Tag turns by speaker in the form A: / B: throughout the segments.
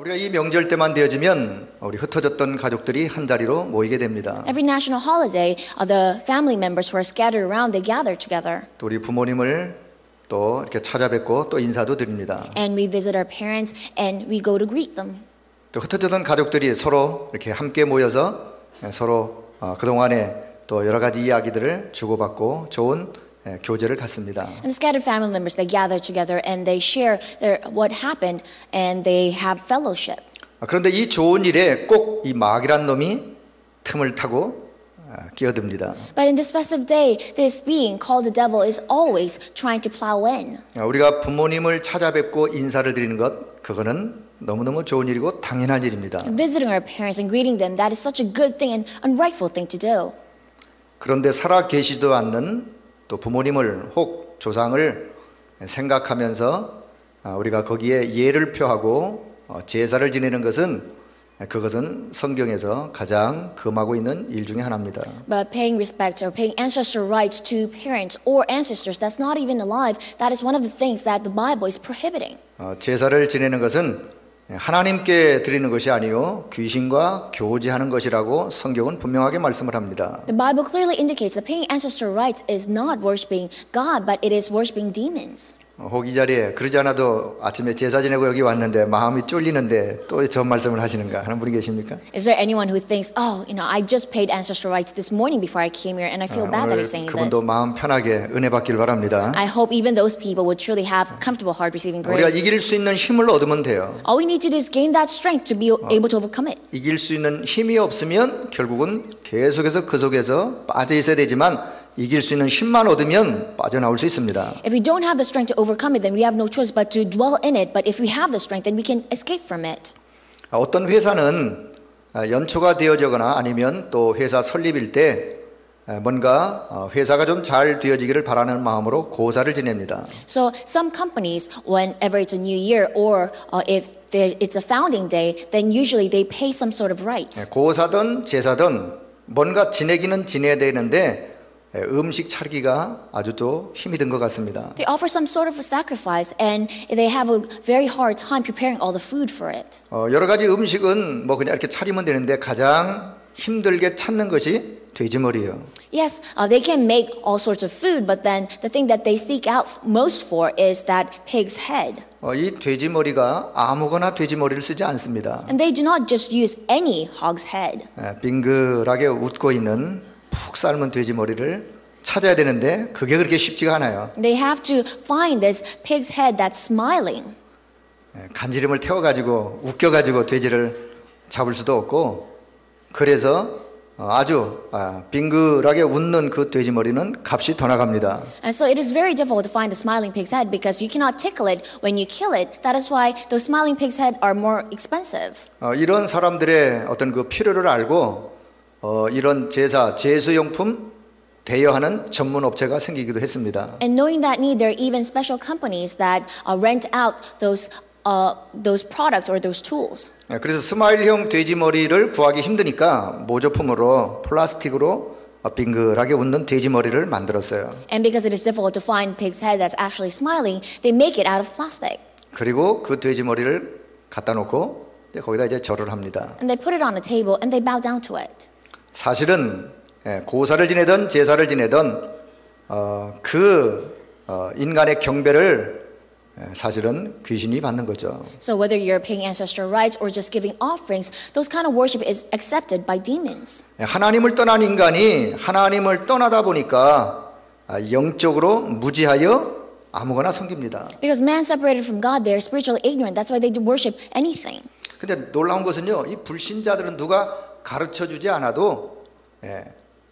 A: 우리가 이 명절 때만 되어지면 우리 흩어졌던 가족들이 한 자리로 모이게 됩니다.
B: Every national holiday, uh, the family members who are scattered around, they gather together.
A: 또 우리 부모님을 또 이렇게 찾아뵙고 또 인사도 드립니다.
B: And we visit our parents and we go to greet them.
A: 또 흩어졌던 가족들이 서로 이렇게 함께 모여서 서로 어, 그동안에 또 여러 가지 이야기들을 주고받고 좋은 예, 교제를 갖습니다.
B: And the scattered family members, they gather together and they share their, what happened and they have fellowship.
A: 아, 그런데 이 좋은 일에 꼭 이 마귀란 놈이 틈을 타고 아, 끼어듭니다.
B: But in this festive day, this being called the devil is always trying to plow in.
A: 아, 우리가 부모님을 찾아뵙고 인사를 드리는 것 그거는 너무너무 좋은 일이고 당연한 일입니다.
B: Visiting our parents and greeting them, that is such a good thing and, and rightful thing to do.
A: 그런데 살아 계시지도 않는 또 부모님을 혹 조상을 생각하면서 아, 우리가 거기에 예를 표하고 어, 제사를 지내는 것은 그것은 성경에서 가장 금하고 있는 일 중에 하나입니다.
B: But paying respect or paying ancestral rights to parents or ancestors that's not even alive, that is one of the things that the Bible is prohibiting.
A: 어, 제사를 지내는 것은 하나님께 드리는 것이 아니요 귀신과 교제하는 것이라고 성경은 분명하게 말씀을 합니다.
B: The Bible clearly indicates that paying ancestral rights is not worshiping God, but it is worshiping demons.
A: 어, 혹 이 자리에 그러지 않아도 아침에 제사 지내고 여기 왔는데 마음이 쫄리는데 또 저 말씀을 하시는가 하는 분이 계십니까?
B: Is there anyone who thinks, oh, you know, I just paid ancestral rights this morning before I came here and I feel bad that
A: 네, 오늘
B: I'm saying
A: 어, 그분도 아,
B: this?
A: 마음 편하게 은혜 받길 바랍니다.
B: I hope even those people would truly have comfortable heart receiving
A: 우리가
B: grace.
A: 이길 수 있는 힘을 얻으면 돼요.
B: All we need to do is gain that strength to be able to overcome it.
A: 이길 수 있는 힘이 없으면 결국은 계속해서 그 속에서 빠져 있어야 되지만 이길 수 있는 힘만 얻으면 빠져나올 수 있습니다.
B: If we don't have the strength to overcome it, then we have no choice but to dwell in it. But if we have the strength, then we can escape from it.
A: 아, 어떤 회사는 아, 연초가 되어지거나 아니면 또 회사 설립일 때 아, 뭔가 어, 회사가 좀 잘 되어지기를 바라는 마음으로 고사를 지냅니다.
B: So some companies, whenever it's a new year or uh, if there- it's a founding day, then usually they pay some sort of rights.
A: 예, 고사든 제사든 뭔가 지내기는 지내야 되는데 예, 음식 차리기가 아주 또 힘이 든 것 같습니다.
B: They offer some sort of a sacrifice, and they have a very hard time preparing all the food for it.
A: 어, 여러 가지 음식은 뭐 그냥 이렇게 차리면 되는데 가장 힘들게 찾는 것이 돼지머리예요.
B: Yes, uh, they can make all sorts of food, but then the thing that they seek out most for is that pig's head.
A: 어, 이 돼지머리가 아무거나 돼지머리를 쓰지 않습니다.
B: And they do not just use any hog's head.
A: 예, 빙글하게 웃고 있는 푹 삶은 돼지머리를 찾아야 되는데 그게 그렇게 쉽지가 않아요.
B: They have to find this pig's head that's smiling.
A: 예, 간지름을 태워가지고 웃겨가지고 돼지를 잡을 수도 없고 그래서 어, 아주 아, 빙글하게 웃는 그 돼지머리는 값이 더 나갑니다.
B: And so it is very difficult to find a smiling pig's head because you cannot tickle it when you kill it. That is why those smiling pig's head are more expensive.
A: 어, 이런 사람들의 어떤 그 필요를 알고 어, 이런 제사, 제수용품 대여하는 전문 업체가 생기기도 했습니다.
B: And knowing that need, there are even special companies that uh, rent out those, uh, those products or those tools.
A: 예, 그래서 스마일형 돼지머리를 구하기 힘드니까 모조품으로 플라스틱으로 어, 빙글하게 웃는 돼지머리를 만들었어요.
B: And because it is difficult to find pig's head that's actually smiling, they make it out of plastic.
A: 그리고 그 돼지머리를 갖다 놓고 이제 거기다 이제 절을 합니다.
B: And they put it on a table and they bow down to it.
A: 사실은 예, 고사를 지내던 제사를 지내던 어, 그 어, 인간의 경배를 예, 사실은 귀신이 받는 거죠.
B: So whether you're paying ancestral rites or just giving offerings, those kind of worship is accepted by demons.
A: 예, 하나님을 떠난 인간이 하나님을 떠나다 보니까 아, 영적으로 무지하여 아무거나 섬깁니다.
B: Because man separated from God, they're spiritually ignorant. That's why they do worship anything.
A: 근데 놀라운 것은요, 이 불신자들은 누가 가르쳐 주지 않아도 예,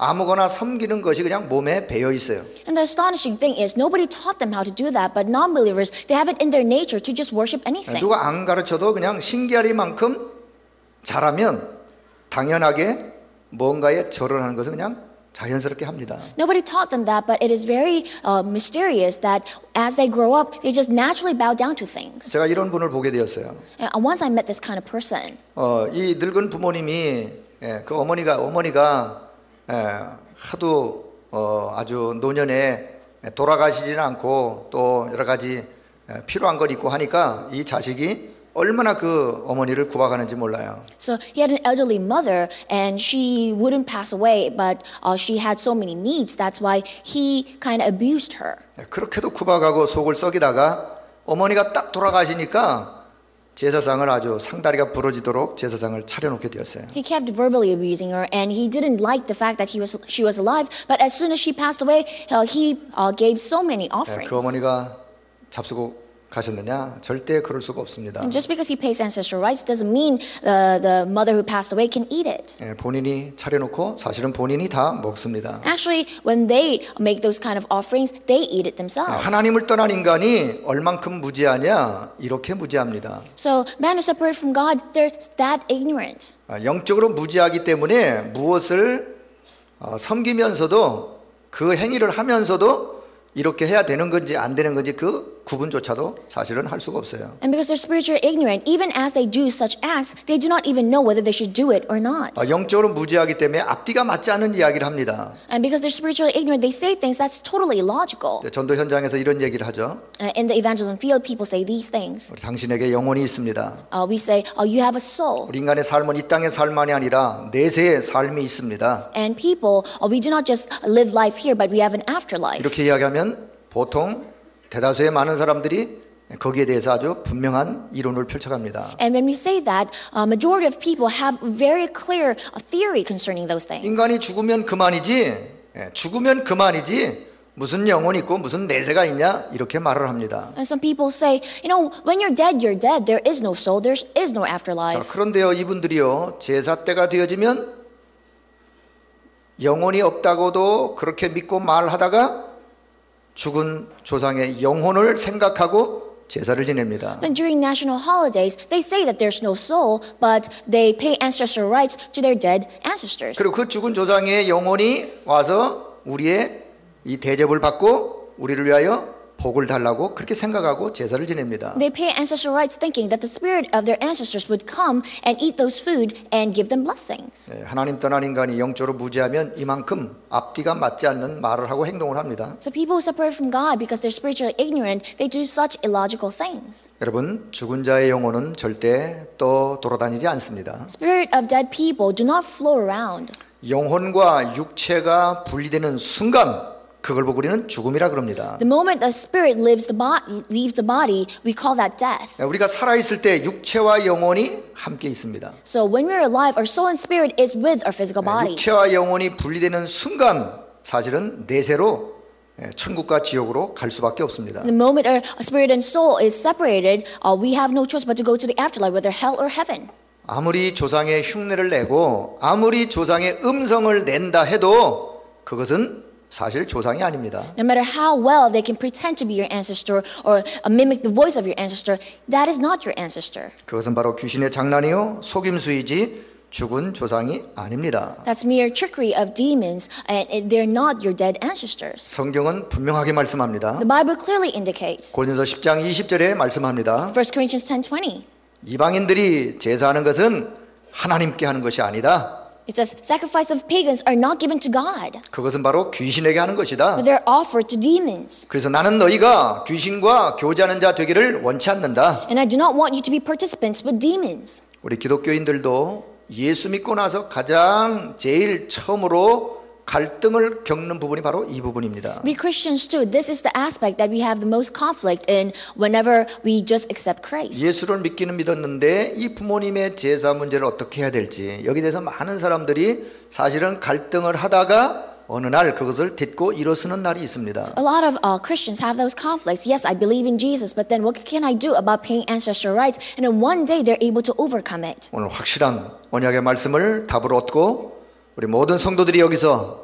A: 아무거나 섬기는 것이 그냥 몸에 배어 있어요.
B: And the astonishing thing is, nobody taught them how to do that, but non believers, they have it in their nature to just worship anything.
A: 누가 안 가르쳐도 그냥 신기하리만큼 잘하면 당연하게 뭔가에 절을 하는 것은 그냥 자연스럽게 합니다.
B: Nobody taught them that, but it is very uh, mysterious that as they grow up, they just naturally bow down to things.
A: 제가 이런 분을 보게 되었어요.
B: And uh, once I met this kind of person,
A: 어, 이 늙은 부모님이 예, 그 어머니가 어머니가 예, 하도 어, 아주 노년에 돌아가시지는 않고 또 여러 가지 예, 필요한 걸 있고 하니까 이 자식이 얼마나 그 어머니를 구박하는지 몰라요.
B: So he had an elderly mother, and she wouldn't pass away, but uh, she had so many needs. That's why he kind of abused her.
A: 네, 그렇게도 구박하고 속을 썩이다가 어머니가 딱 돌아가시니까 제사상을 아주 상다리가 부러지도록 제사상을 차려놓게 되었어요. 네,
B: He kept verbally abusing her, and he didn't like the fact that he was she was alive. But as soon as she passed away, uh, he uh, gave so many
A: 네,
B: offerings.
A: 그 어머니가 잡수고 가셨느냐? 절대 그럴 수가 없습니다.
B: And just because he pays ancestral rights doesn't mean uh, the mother who passed away can eat it.
A: 예, 본인이 차려놓고 사실은 본인이 다 먹습니다.
B: Actually, when they make those kind of offerings, they eat it themselves.
A: 아, 하나님을 떠난 인간이 얼만큼 무지하냐? 이렇게 무지합니다.
B: So man is separated from God. They're that ignorant.
A: 아, 영적으로 무지하기 때문에 무엇을 어, 섬기면서도 그 행위를 하면서도 이렇게 해야 되는 건지 안 되는 건지 그 구분조차도 사실은 할 수가 없어요.
B: And because they're spiritually ignorant, even as they do such acts, they do not even know whether they should do it or not.
A: 아, 영적으로 무지하기 때문에 앞뒤가 맞지 않는 이야기를 합니다.
B: And because they're spiritually ignorant, they say things that's totally illogical.
A: 이제 전도 현장에서 이런 얘기를 하죠.
B: Uh, in the evangelism field, people say these things.
A: 우리 당신에게 영혼이 있습니다.
B: Uh, we say, "Oh, you have a soul."
A: 우리 인간의 삶은 이 땅의 삶만이 아니라 내세의 삶이 있습니다.
B: And people, oh, we do not just live life here, but we have an afterlife.
A: 이렇게 이야기하면 보통 대다수의 많은 사람들이 거기에 대해서 아주 분명한 이론을 펼쳐갑니다.
B: And when we say that, a majority of people have very clear uh, theory concerning those things.
A: 인간이 죽으면 그만이지 예, 죽으면 그만이지 무슨 영혼이 있고 무슨 내세가 있냐 이렇게 말을 합니다.
B: And some people say, you know, when you're dead, you're dead. There is no soul. There is no
A: 자,
B: afterlife.
A: 그런데요 이분들이요 제사 때가 되어지면 영혼이 없다고도 그렇게 믿고 말하다가 죽은 조상의 영혼을 생각하고 제사를 지냅니다.
B: Then during national holidays, they say that there's no soul, but they pay ancestral rights to their dead ancestors.
A: 그리고 그 죽은 조상의 영혼이 와서 우리의 이 대접을 받고 우리를 위하여 복을 달라고 그렇게 생각하고 제사를 지냅니다.
B: They pay ancestral rights thinking that the spirit of their ancestors would come and eat those food and give them blessings.
A: 예, 하나님 떠난 인간이 영적으로 무지하면 이만큼 앞뒤가 맞지 않는 말을 하고 행동을 합니다.
B: So people who separate from God because they're spiritually ignorant, they do such illogical things.
A: 여러분, 죽은 자의 영혼은 절대 또 돌아다니지 않습니다.
B: Spirit of dead people do not flow around.
A: 영혼과 육체가 분리되는 순간 그걸 보고 우리는 죽음이라 그럽니다.
B: The moment a spirit lives the bo- leaves the body, we call that death.
A: 예, 우리가 살아 있을 때 육체와 영혼이 함께 있습니다. 예,
B: So when we're alive, our soul and spirit is with our physical body.
A: 육체와 영혼이 분리되는 순간 사실은 내세로 예, 천국과 지옥으로 갈 수밖에 없습니다.
B: The moment our spirit and soul is separated, uh, we have no choice but to go to the afterlife, whether hell or heaven.
A: 아무리 조상의 흉내를 내고 아무리 조상의 음성을 낸다 해도 그것은 사실 조상이 아닙니다.
B: No matter how well they can pretend to be your ancestor or uh, mimic the voice of your ancestor, that is not your ancestor.
A: 그것은 바로 귀신의 장난이요 속임수이지 죽은 조상이 아닙니다.
B: That's mere trickery of demons, and it- they're not your dead ancestors.
A: 성경은 분명하게 말씀합니다.
B: The Bible clearly indicates.
A: 고린서 10장 20절에 말씀합니다.
B: 1 Corinthians 10:20.
A: 이방인들이 제사하는 것은 하나님께 하는 것이 아니다.
B: It says, "Sacrifice of pagans are not given to God,
A: 그것은 바로 귀신에게 하는 것이다.
B: but they're offered to demons."
A: 그래서 나는 너희가 귀신과 교제하는 자 되기를 원치 않는다.
B: And I do not want you to be participants with demons.
A: 우리 기독교인들도 예수 믿고 나서 가장 제일 처음으로 갈등을 겪는 부분이 바로 이 부분입니다.
B: We Christians too, this is the aspect that we have the most conflict in whenever we just accept Christ.
A: 예수를 믿기는 믿었는데 이 부모님의 제사 문제를 어떻게 해야 될지 여기 대해서 많은 사람들이 사실은 갈등을 하다가 어느 날 그것을 딛고 일어서는 날이 있습니다.
B: A lot of uh, Christians have those conflicts. Yes, I believe in Jesus, but then what can I do about paying ancestral rights? And then one day they're able to overcome it.
A: 오늘 확실한 언약의 말씀을 답으로 얻고 우리 모든 성도들이 여기서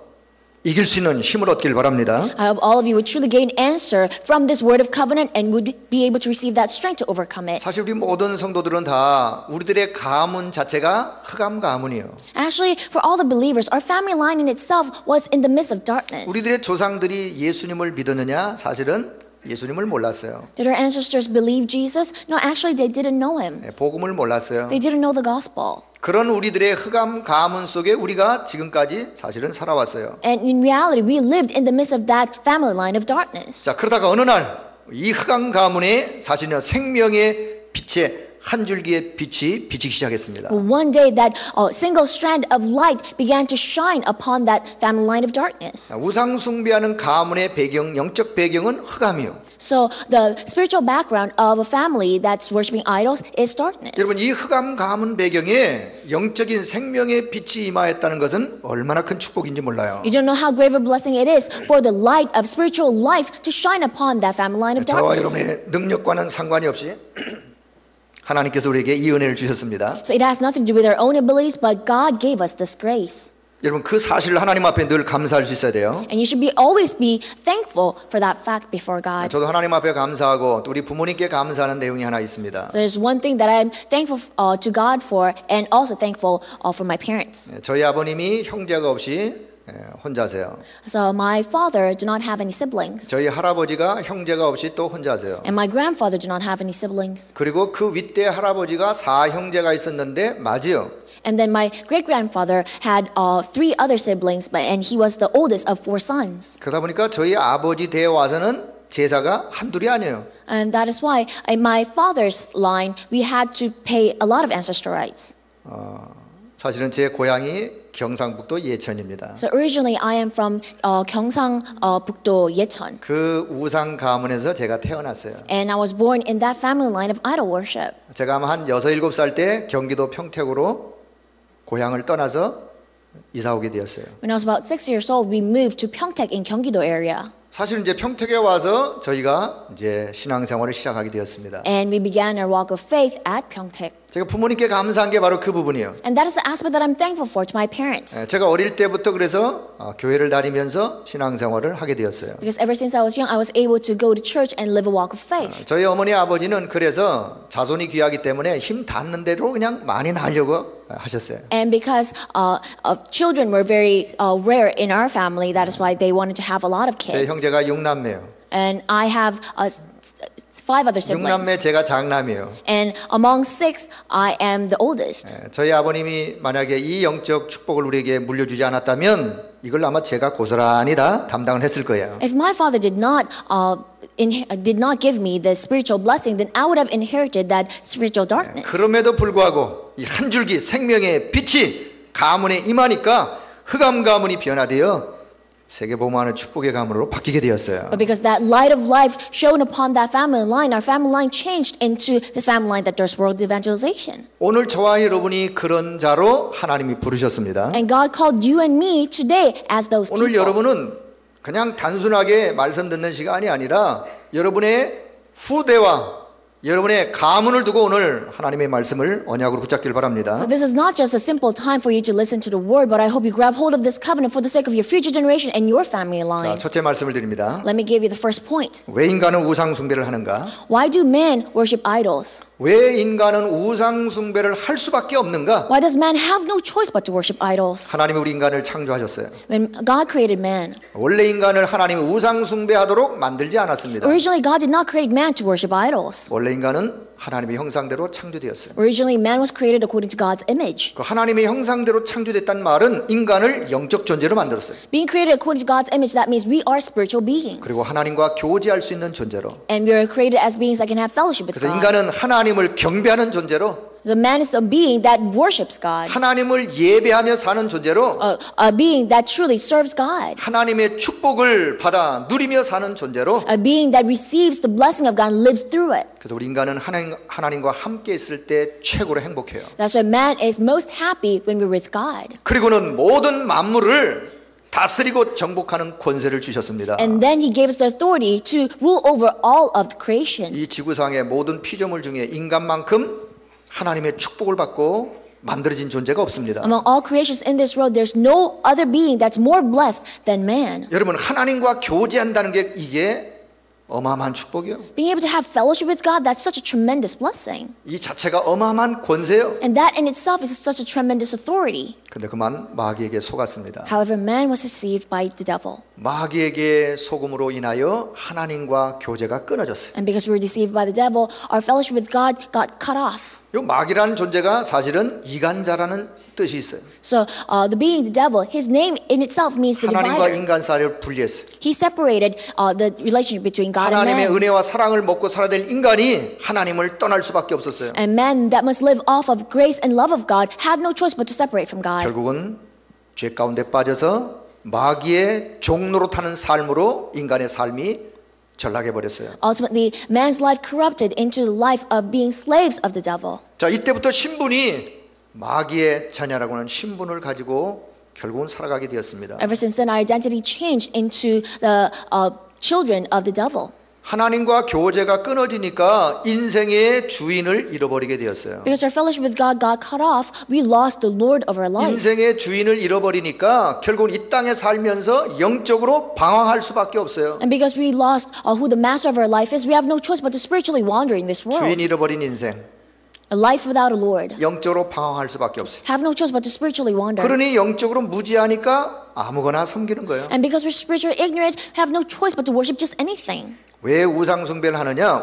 A: 이길 수 있는 힘을 얻길 바랍니다.
B: I hope all of you would truly gain answer from this word of covenant and would be able to receive that strength to overcome it.
A: 사실 우리 모든 성도들은 다 우리들의 가문 자체가 흑암 가문이에요.
B: Actually, for all the believers, our family line in itself was in the midst of darkness.
A: 우리들의 조상들이 예수님을 믿었느냐? 사실은 예수님을 몰랐어요.
B: Did our ancestors believe Jesus? No, actually, they didn't know him.
A: 예, 복음을 몰랐어요.
B: They didn't know the gospel.
A: 그런 우리들의 흑암 가문 속에 우리가 지금까지 사실은 살아왔어요.
B: And in reality, we lived in the midst of that family line of darkness.
A: 자, 그러다가 어느 날 이 흑암 가문에 사실은 생명의 빛의 한 줄기의 빛이 비치기 시작했습니다.
B: One day, that uh, single strand of light began to shine upon that family line of darkness.
A: 우상 숭배하는 가문의 배경, 영적 배경은 흑암이요.
B: So, the spiritual background of a family that's worshiping idols is
A: 여러분
B: darkness.
A: 이 흑암 가문 배경에 영적인 생명의 빛이 임하였다는 것은 얼마나 큰 축복인지 몰라요.
B: You don't know how great of a blessing it is for the light of spiritual life to shine upon that family line of
A: 저와
B: darkness.
A: 여러분의 능력과는 상관이 없이 하나님께서 우리에게 이 은혜를 주셨습니다.
B: So, it has nothing to do with our own abilities, but God gave us this grace.
A: 여러분 그 사실을 하나님 앞에 늘 감사할 수 있어야 돼요.
B: And you should be always be thankful for that fact before God.
A: 저도 하나님 앞에 감사하고 또 우리 부모님께 감사하는 내용이 하나 있습니다.
B: So there's one thing that I'm thankful uh, to God for, and also thankful uh, for my parents.
A: 저희 아버님이 형제가 없이 예, 혼자세요.
B: So my father do not have any siblings,
A: 저희 할아버지가 형제가 없이 또 혼자세요.
B: and my grandfather do not have any siblings.
A: 그리고 그 윗대 할아버지가 사 형제가 있었는데 맞이요.
B: And then my great grandfather had uh, three other siblings, but and he was the oldest of four sons.
A: 그러다 보니까 저희 아버지 대에 와서는 제사가 한둘이 아니에요.
B: And that is why in my father's line we had to pay a lot of ancestral rights.
A: 사실은 제 고향이 경상북도 예천입니다.
B: So originally I am from uh, Gyeongsang, uh, Bukdo, Yecheon.
A: 그 우상 가문에서 제가 태어났어요.
B: And I was born in that family line of idol worship.
A: 제가 아마 한 6, 7살 때 경기도 평택으로 고향을 떠나서 이사 오게 되었어요.
B: When I was about six years old, we moved to Pyeongtaek in Gyeonggi-do area,
A: 사실 이제 평택에 와서 저희가 이제 신앙생활을 시작하게 되었습니다.
B: and we began our walk of faith at Pyeongtaek.
A: 제가 부모님께 감사한 게 바로 그 부분이에요.
B: And that is the aspect that I'm thankful for to my parents.
A: 예, 제가 어릴 때부터 그래서 어, 교회를 다니면서 신앙생활을 하게 되었어요.
B: Because ever since I was young, I was able to go to church and live a walk of faith.
A: 저희 어머니 아버지는 그래서 자손이 귀하기 때문에 힘 닿는 대로 그냥 많이 나려고 하셨어요.
B: And because uh, of children were very uh, rare in our family, that is why they wanted to have a lot of
A: 제
B: kids.
A: 형제가 6남매예요.
B: And I have uh, s- s- five other
A: 6남매
B: siblings.
A: 제가 장남이에요.
B: And among six, I am the oldest.
A: 예, 저희 아버님이 만약에 이 영적 축복을 우리에게 물려주지 않았다면 이걸 아마 제가 고스란히 다 담당을 했을 거예요.
B: If my father did not uh, in, did not give me the spiritual blessing, then I would have inherited that spiritual darkness.
A: 그럼에도 불구하고 이 한 줄기 생명의 빛이 가문에 임하니까 흑암 가문이 변화되어 세계보험하는 축복의 가문으로 바뀌게 되었어요.
B: But because that light of life shone upon that family line, our family line changed into this family line that does world evangelization.
A: 오늘 저와 여러분이 그런 자로 하나님이 부르셨습니다.
B: And God called you and me today as those
A: 오늘
B: people.
A: 여러분은 그냥 단순하게 말씀 듣는 시간이 아니라 여러분의 후대와 여러분의 가문을 두고 오늘 하나님의 말씀을 언약으로 붙잡길 바랍니다.
B: So this is not just a simple time for you to listen to the word, but I hope you grab hold of this covenant for the sake of your future generation and your
A: 자,
B: family line.
A: 첫째 말씀을 드립니다.
B: Let me give you the first point.
A: 왜 인간은 우상 숭배를 하는가?
B: Why do men worship idols?
A: 왜 인간은 우상 숭배를 할 수밖에 없는가?
B: Why does man have no choice but to worship idols?
A: 하나님이 우리 인간을 창조하셨어요.
B: When God created man,
A: 원래 인간을 하나님이 우상 숭배하도록 만들지 않았습니다.
B: Originally, God did not create man to worship idols.
A: 원래 인간은 하나님의 형상대로 창조되었어요.
B: Originally, man was created according to God's image.
A: 그 하나님의 형상대로 창조됐다는 말은 인간을 영적 존재로 만들었어요.
B: Being created according to God's image, that means we are spiritual beings.
A: 그리고 하나님과 교제할 수 있는 존재로.
B: And we are created as beings that can have fellowship with
A: 그래서
B: God.
A: 인간은 하나님을 경배하는 존재로,
B: The man is a being that worships God,
A: 하나님을 예배하며 사는 존재로,
B: a, a being that truly serves God,
A: 하나님의 축복을 받아 누리며 사는 존재로.
B: a being that receives the blessing of God and lives through it.
A: 그래서 우리 인간은 하나님, 하나님과 함께 있을 때 최고로 행복해요.
B: That's why man is most happy when we're with God.
A: 그리고는 모든 만물을 다스리고 정복하는 권세를 주셨습니다.
B: And then he gave us the authority to rule over all of the creation.
A: 이 지구상의 모든 피조물 중에 인간만큼 하나님의 축복을 받고 만들어진 존재가 없습니다.
B: Among all creations in this world, there's no other being that's more blessed than man.
A: 여러분 하나님과 교제한다는 게 이게 어마어마한 축복이요.
B: Being able to have fellowship with God, that's such a tremendous blessing.
A: 이 자체가 어마어마한 권세요.
B: And that in itself is such a tremendous authority.
A: 근데 그만 마귀에게 속았습니다.
B: However, man was deceived by the devil.
A: 마귀에게 속음으로 인하여 하나님과 교제가 끊어졌어요.
B: And because we were deceived by the devil, our fellowship with God got cut off.
A: 요 마귀라는 존재가 사실은 이간자라는 뜻이 있어요.
B: So uh, the being the devil, his name in itself means the
A: 하나님과
B: divider.
A: 인간 사이를 분리했어요.
B: He separated uh, the relationship between God and
A: 하나님의
B: man.
A: 은혜와 사랑을 먹고 살아야 될 인간이 하나님을 떠날 수밖에 없었어요.
B: And man that must live off of grace and love of God had no choice but to separate from God.
A: 결국은 죄 가운데 빠져서 마귀의 종로로 타는 삶으로 인간의 삶이 전락해 버렸어요.
B: Ultimately, man's life corrupted into the life of being slaves of the devil.
A: 자, 이때부터 신분이 마귀의 자녀라고 하는 신분을 가지고 결국은 살아가게 되었습니다.
B: Ever since then, our identity changed into the uh, children of the devil.
A: 하나님과 교제가 끊어지니까 인생의 주인을 잃어버리게 되었어요.
B: Because our fellowship with God got cut off, we lost the Lord of our life.
A: 인생의 주인을 잃어버리니까 결국은 이 땅에 살면서 영적으로 방황할 수밖에 없어요.
B: And because we lost uh, who the master of our life is, we have no choice but to spiritually wander in this
A: 주인
B: world.
A: 잃어버린 인생,
B: A life without a Lord.
A: 영적으로 방황할 수밖에 없어요.
B: Have no choice but to spiritually wander.
A: 그러니 영적으로 무지하니까 아무거나 섬기는 거예요.
B: And because we're spiritually ignorant, have no choice but to worship just anything.
A: 왜 우상숭배를 하느냐?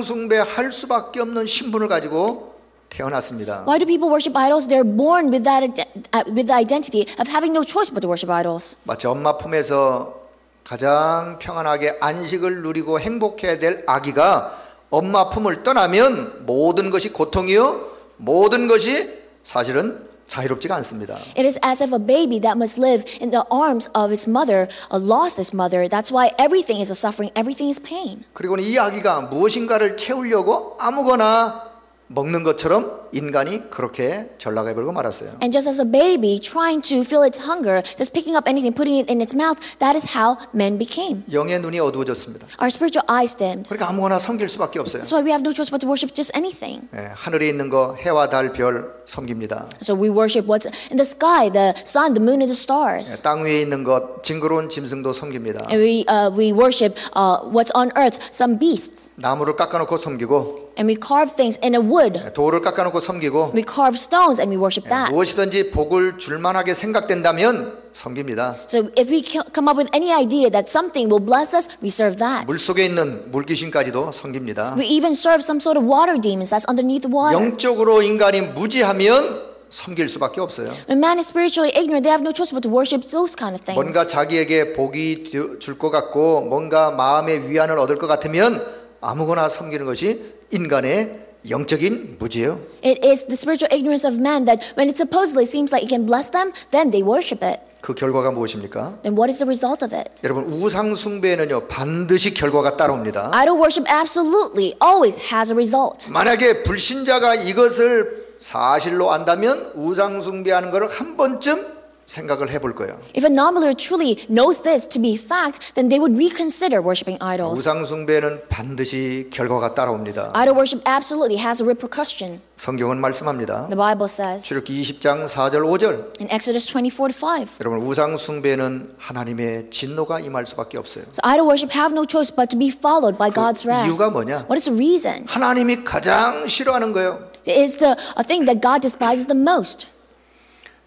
A: 우상숭배할 수밖에 없는 신분을 가지고 태어났습니다.
B: Why do people worship idols? They're born with that, ide- uh, with the identity of having no choice but to worship idols.
A: 마치 엄마 품에서 가장 평안하게 안식을 누리고 행복해야 될 아기가 엄마 품을 떠나면 모든 것이 고통이요 모든 것이 사실은 자유롭지가 않습니다.
B: It is as if a baby that must live in the arms of his mother uh, lost his mother. That's why everything is a suffering, everything is pain.
A: 그리고 이 아기가 무엇인가를 채우려고 아무거나 먹는 것처럼 인간이 그렇게 전락해버리고 말았어요.
B: And just as a baby trying to fill its hunger, just picking up anything, putting it in its mouth, that is how men became.
A: 영의 눈이 어두워졌습니다.
B: Our spiritual eyes dimmed.
A: 그러니까 아무거나 섬길 수밖에 없어요.
B: That's why we have no choice but to worship just anything.
A: 예, 하늘에 있는 거 해와 달 별 섬깁니다.
B: So we worship what's in the sky, the sun, the moon, and
A: 예,
B: the stars.
A: 땅 위에 있는 것 징그러운 짐승도 섬깁니다.
B: And we, uh, we worship uh, what's on earth, some beasts.
A: 나무를 깎아놓고 섬기고
B: And we carve things in a wood.
A: 예, 돌을 깎아놓고 섬기고
B: We carve stones and we worship that.
A: 무엇이든지 복을 줄만하게 생각된다면 섬깁니다.
B: So if we ca- come up with any idea that something will bless us, we serve that.
A: 물 속에 있는 물귀신까지도 섬깁니다.
B: We even serve some sort of water demons that's underneath the water.
A: 영적으로 인간이 무지하면 섬길 수밖에 없어요.
B: When man is spiritually ignorant, they have no choice but to worship those kind of
A: 뭔가
B: things.
A: 자기에게 복이 줄 것 같고 뭔가 마음의 위안을 얻을 것 같으면 아무거나 섬기는 것이 인간의 영적인 무지예요.
B: It is the spiritual ignorance of man that when it supposedly seems like it can bless them, then they worship it.
A: 그 결과가 무엇입니까?
B: Then what is the result of it?
A: 여러분 우상 숭배에는요 반드시 결과가 따라옵니다.
B: Idol worship absolutely always has a result.
A: 만약에 불신자가 이것을 사실로 안다면 우상 숭배하는 것을 한 번쯤 생각을 해볼 거예요.
B: If a non-believer truly knows this to be fact, then they would reconsider worshiping idols.
A: 우상 숭배는 반드시 결과가 따라옵니다.
B: Idol worship absolutely has a repercussion.
A: 성경은 말씀합니다.
B: The Bible says
A: 출애굽기 20장 4절 5절.
B: in Exodus 24 to 5.
A: 여러분 우상 숭배는 하나님의 진노가 임할 수밖에 없어요.
B: So idol worship have no choice but to be followed by God's wrath.
A: 이유가 뭐냐?
B: What is the reason?
A: 하나님이 가장 싫어하는 거예요.
B: It is the a thing that God despises the most.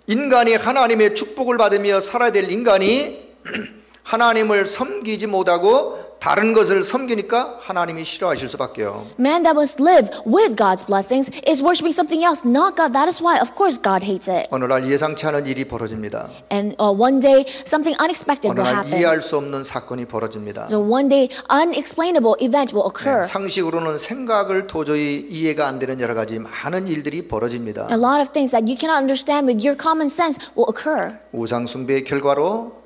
A: 인간이 하나님의 축복을 받으며 살아야 될 인간이 하나님을 섬기지 못하고 다른 것을 섬기니까 하나님이 싫어하실 수밖에요.
B: Man that must live with God's blessings is worshiping something else, not God. That is why, of course, God hates it.
A: 어느 날 예상치 않은 일이 벌어집니다.
B: And uh, one day, something unexpected
A: 어느
B: will
A: 날
B: happen.
A: 이해할 수 없는 사건이 벌어집니다.
B: So one day, unexplainable event will
A: 네,
B: occur.
A: 상식으로는 생각을 도저히 이해가 안 되는 여러 가지 많은 일들이 벌어집니다.
B: A lot of things that you cannot understand with your common sense will occur.
A: 우상 숭배의 결과로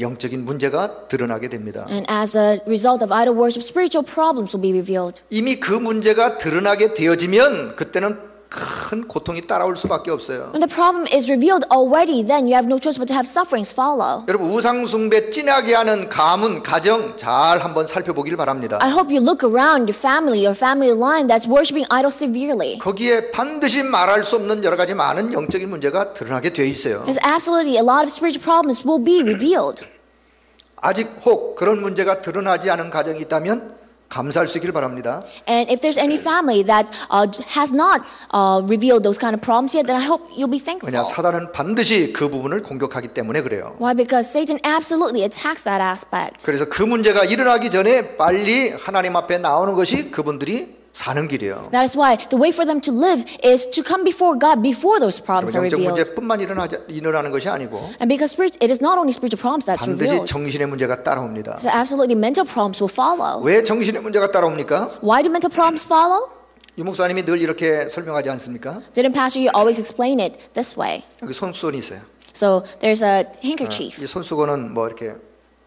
A: 영적인 문제가 드러나게 됩니다.
B: And as a result of idol worship, spiritual problems will be revealed.
A: 이미 그 문제가 드러나게 되어지면 그때는 큰 고통이 따라올 수밖에 없어요.
B: When the problem is revealed already, then you have no choice but to have sufferings follow.
A: 여러분 우상숭배 진하게 하는 가문 가정 잘 한번 살펴보길 바랍니다.
B: I hope you look around your family or family line that's worshiping idols severely.
A: 거기에 반드시 말할 수 없는 여러 가지 많은 영적인 문제가 드러나게 되어 있어요.
B: Because absolutely a lot of spiritual problems will be revealed.
A: 아직 혹 그런 문제가 드러나지 않은 가정이 있다면 감사할 수 있길 바랍니다.
B: And if there's any family that uh, has not uh, revealed those kind of problems yet, then I hope you'll be thankful.
A: 왜냐 사단은 반드시 그 부분을 공격하기 때문에 그래요.
B: Why? Because Satan absolutely attacks that aspect.
A: 그래서 그 문제가 일어나기 전에 빨리 하나님 앞에 나오는 것이 그분들이 사는 길이에요.
B: That is why the way for them to live is to come before God before those problems are
A: 영적
B: revealed.
A: 문제뿐만 일어나지, 일어나는 것이 아니고
B: And because spirit, it is not only spiritual problems that's
A: 반드시
B: revealed,
A: 정신의 문제가 따라옵니다.
B: so absolutely mental problems will follow.
A: 왜 정신의 문제가 따라옵니까?
B: Why do mental problems follow?
A: 유 목사님이 늘 이렇게 설명하지 않습니까?
B: Didn't Pastor you always explain it this way?
A: 여기 손수건이 있어요.
B: So there's a handkerchief,
A: 이 손수건은 뭐 이렇게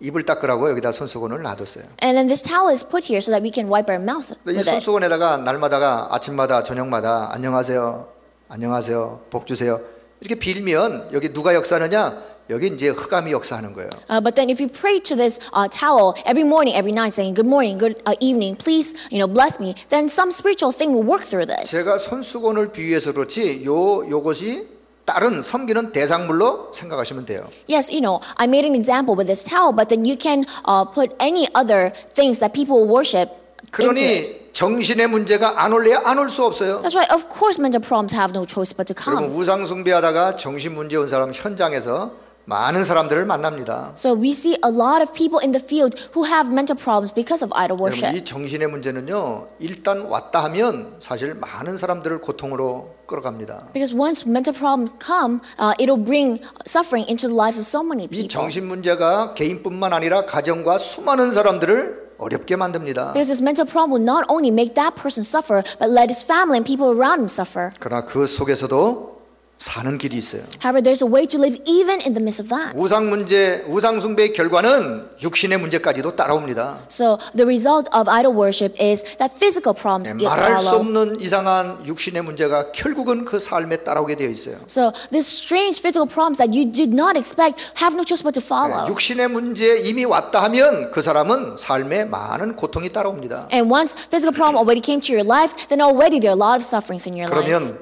A: 입을 닦으라고 여기다 손수건을 놔뒀어요.
B: and then this towel is put here so that we can wipe our mouth
A: 근데 네, 이
B: with it.
A: 손수건에다가 날마다가 아침마다 저녁마다 안녕하세요, 안녕하세요, 복 주세요 이렇게 빌면 여기 누가 역사하느냐? 여기 이제 흑암이 역사하는 거예요.
B: Uh, but then if you pray to this uh, towel every morning, every night, saying good morning, good uh, evening, please, you know, bless me, then some spiritual thing will work through this.
A: 제가 손수건을 비유해서 그렇지 요 요것이 다른 섬기는 대상물로 생각하시면 돼요.
B: Yes, you know, I made an example with this towel, but then you can uh, put any other things that people worship into it.
A: 그러니 정신의 문제가 안 올래야 안 올 수 없어요.
B: That's why, of course, mental problems have no choice but to
A: 그러면
B: come.
A: 우상 숭배하다가 정신 문제 온 사람 현장에서 많은 사람들을 만납니다.
B: So we see a lot of people in the field who have mental problems because of idol
A: 여러분
B: worship.
A: 이 정신의 문제는요 일단 왔다 하면 사실 많은 사람들을 고통으로 끌어갑니다.
B: Because once mental problems come, uh, it'll bring suffering into the life of so many
A: 이
B: people.
A: 정신 문제가 개인뿐만 아니라 가정과 수많은 사람들을 어렵게 만듭니다.
B: Because this mental problem will not only make that person suffer, but let his family and people around him suffer.
A: 그러나 그 속에서도 사는 길이 있어요.
B: However, there's a way to live even in the midst of that.
A: 우상 문제, 우상 숭배의 결과는 육신의 문제까지도 따라옵니다.
B: So the result of idol worship is that physical problems
A: 네,
B: get
A: 말할 수
B: follow.
A: 없는 이상한 육신의 문제가 결국은 그 삶에 따라오게 되어 있어요.
B: So these strange physical problems that you did not expect have no choice but to
A: 네,
B: follow.
A: 육신의 문제 이미 왔다 하면 그 사람은 삶에 많은 고통이 따라옵니다.
B: And once physical problem already came to your life, then already there are a lot of sufferings in your life.
A: 그러면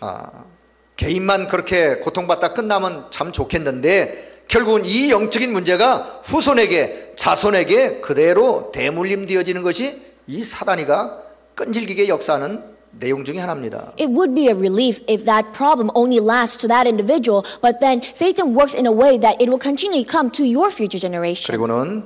A: 아, 개인만 그렇게 고통받다 끝나면 참 좋겠는데 결국은 이 영적인 문제가 후손에게 자손에게 그대로 대물림 되어지는 것이 이 사단이가 끈질기게 역사하는 내용 중에 하나입니다.
B: It would be a relief if that problem only lasts to that individual, but then Satan works in a way that it will continually come to your future generation.
A: 그리고는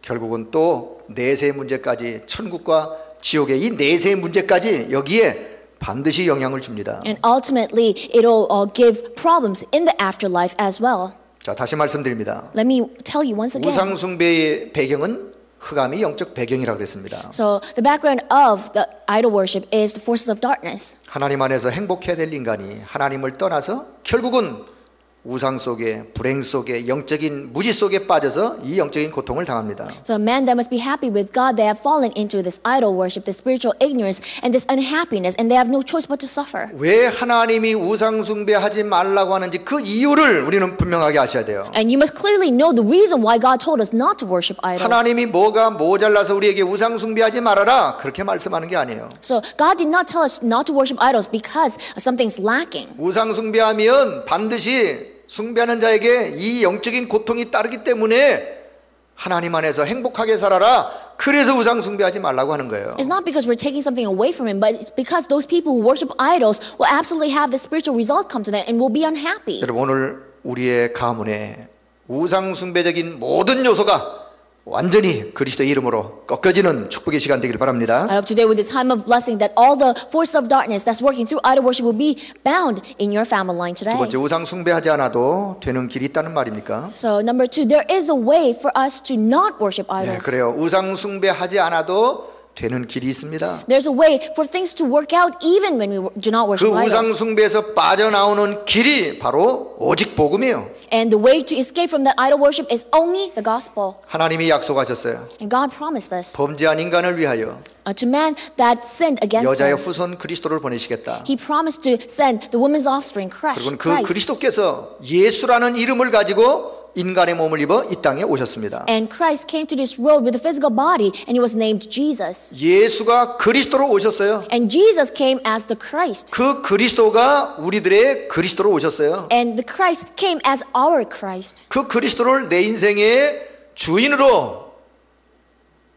A: 결국은 또 내세의 문제까지 천국과 지옥의 이 내세의 문제까지 여기에 반드시 영향을 줍니다.
B: And ultimately, it'll uh, give problems in the afterlife as well.
A: 자, 다시 말씀드립니다.
B: Let me tell you once again.
A: 우상 숭배의 배경은 흑암이 영적 배경이라고 그랬습니다.
B: So the background of the idol worship is the forces of darkness.
A: 하나님 안에서 행복해야 될 인간이 하나님을 떠나서 결국은 우상 속에 불행 속에 영적인 무지 속에 빠져서 이 영적인 고통을 당합니다.
B: So man that must be happy with God, they have fallen into this idol worship, this spiritual ignorance, and this unhappiness, and they have no choice but to suffer.
A: 왜 하나님이 우상 숭배하지 말라고 하는지 그 이유를 우리는 분명하게 아셔야 돼요.
B: And you must clearly know the reason why God told us not to worship idols.
A: 하나님이 뭐가 모자라서 우리에게 우상 숭배하지 말아라 그렇게 말씀하는 게 아니에요.
B: So God did not tell us not to worship idols because something's lacking.
A: 우상 숭배하면 반드시 숭배하는 자에게 이 영적인 고통이 따르기 때문에 하나님 안에서 행복하게 살아라. 그래서 우상 숭배하지 말라고 하는 거예요.
B: It's not because we're taking something away from him, but it's because those people who worship idols will absolutely have the spiritual result come to them and will be unhappy.
A: 여러분 오늘 우리의 가문에 우상 숭배적인 모든 요소가 완전히 그리스도의 이름으로 꺾여지는 축복의 시간 되길 바랍니다.
B: I hope today, with the time of blessing, that all the force of darkness that's working through idol worship will be bound in your family line
A: 두
B: today.
A: 번째 우상 숭배하지 않아도 되는 길이 있다는 말입니까?
B: So, number two, there is a way for us to not worship
A: 네,
B: idols.
A: 그래요. 우상 숭배하지 않아도 되는 길이 있습니다.
B: There's a way for things to work out even when we wo- do not
A: 그
B: worship
A: 우상
B: idols.
A: 숭배에서 빠져나오는 길이 바로 오직 복음이에요.
B: And the way to escape from that idol worship is only the gospel.
A: 하나님이 약속하셨어요.
B: And God promised this
A: 범죄한 인간을 위하여
B: uh, to man that sinned against
A: 여자의
B: him.
A: 후손 그리스도를 보내시겠다.
B: He promised to send the woman's offspring, Christ.
A: 그리고는 그
B: Christ.
A: 그리스도께서 예수라는 이름을 가지고 인간의 몸을 입어 이 땅에 오셨습니다.
B: And Christ came to this world with a physical body, and he was named Jesus.
A: 예수가 그리스도로 오셨어요.
B: And Jesus came as the Christ.
A: 그 그리스도가 우리들의 그리스도로 오셨어요.
B: And the Christ came as our Christ.
A: 그 그리스도를 내 인생의 주인으로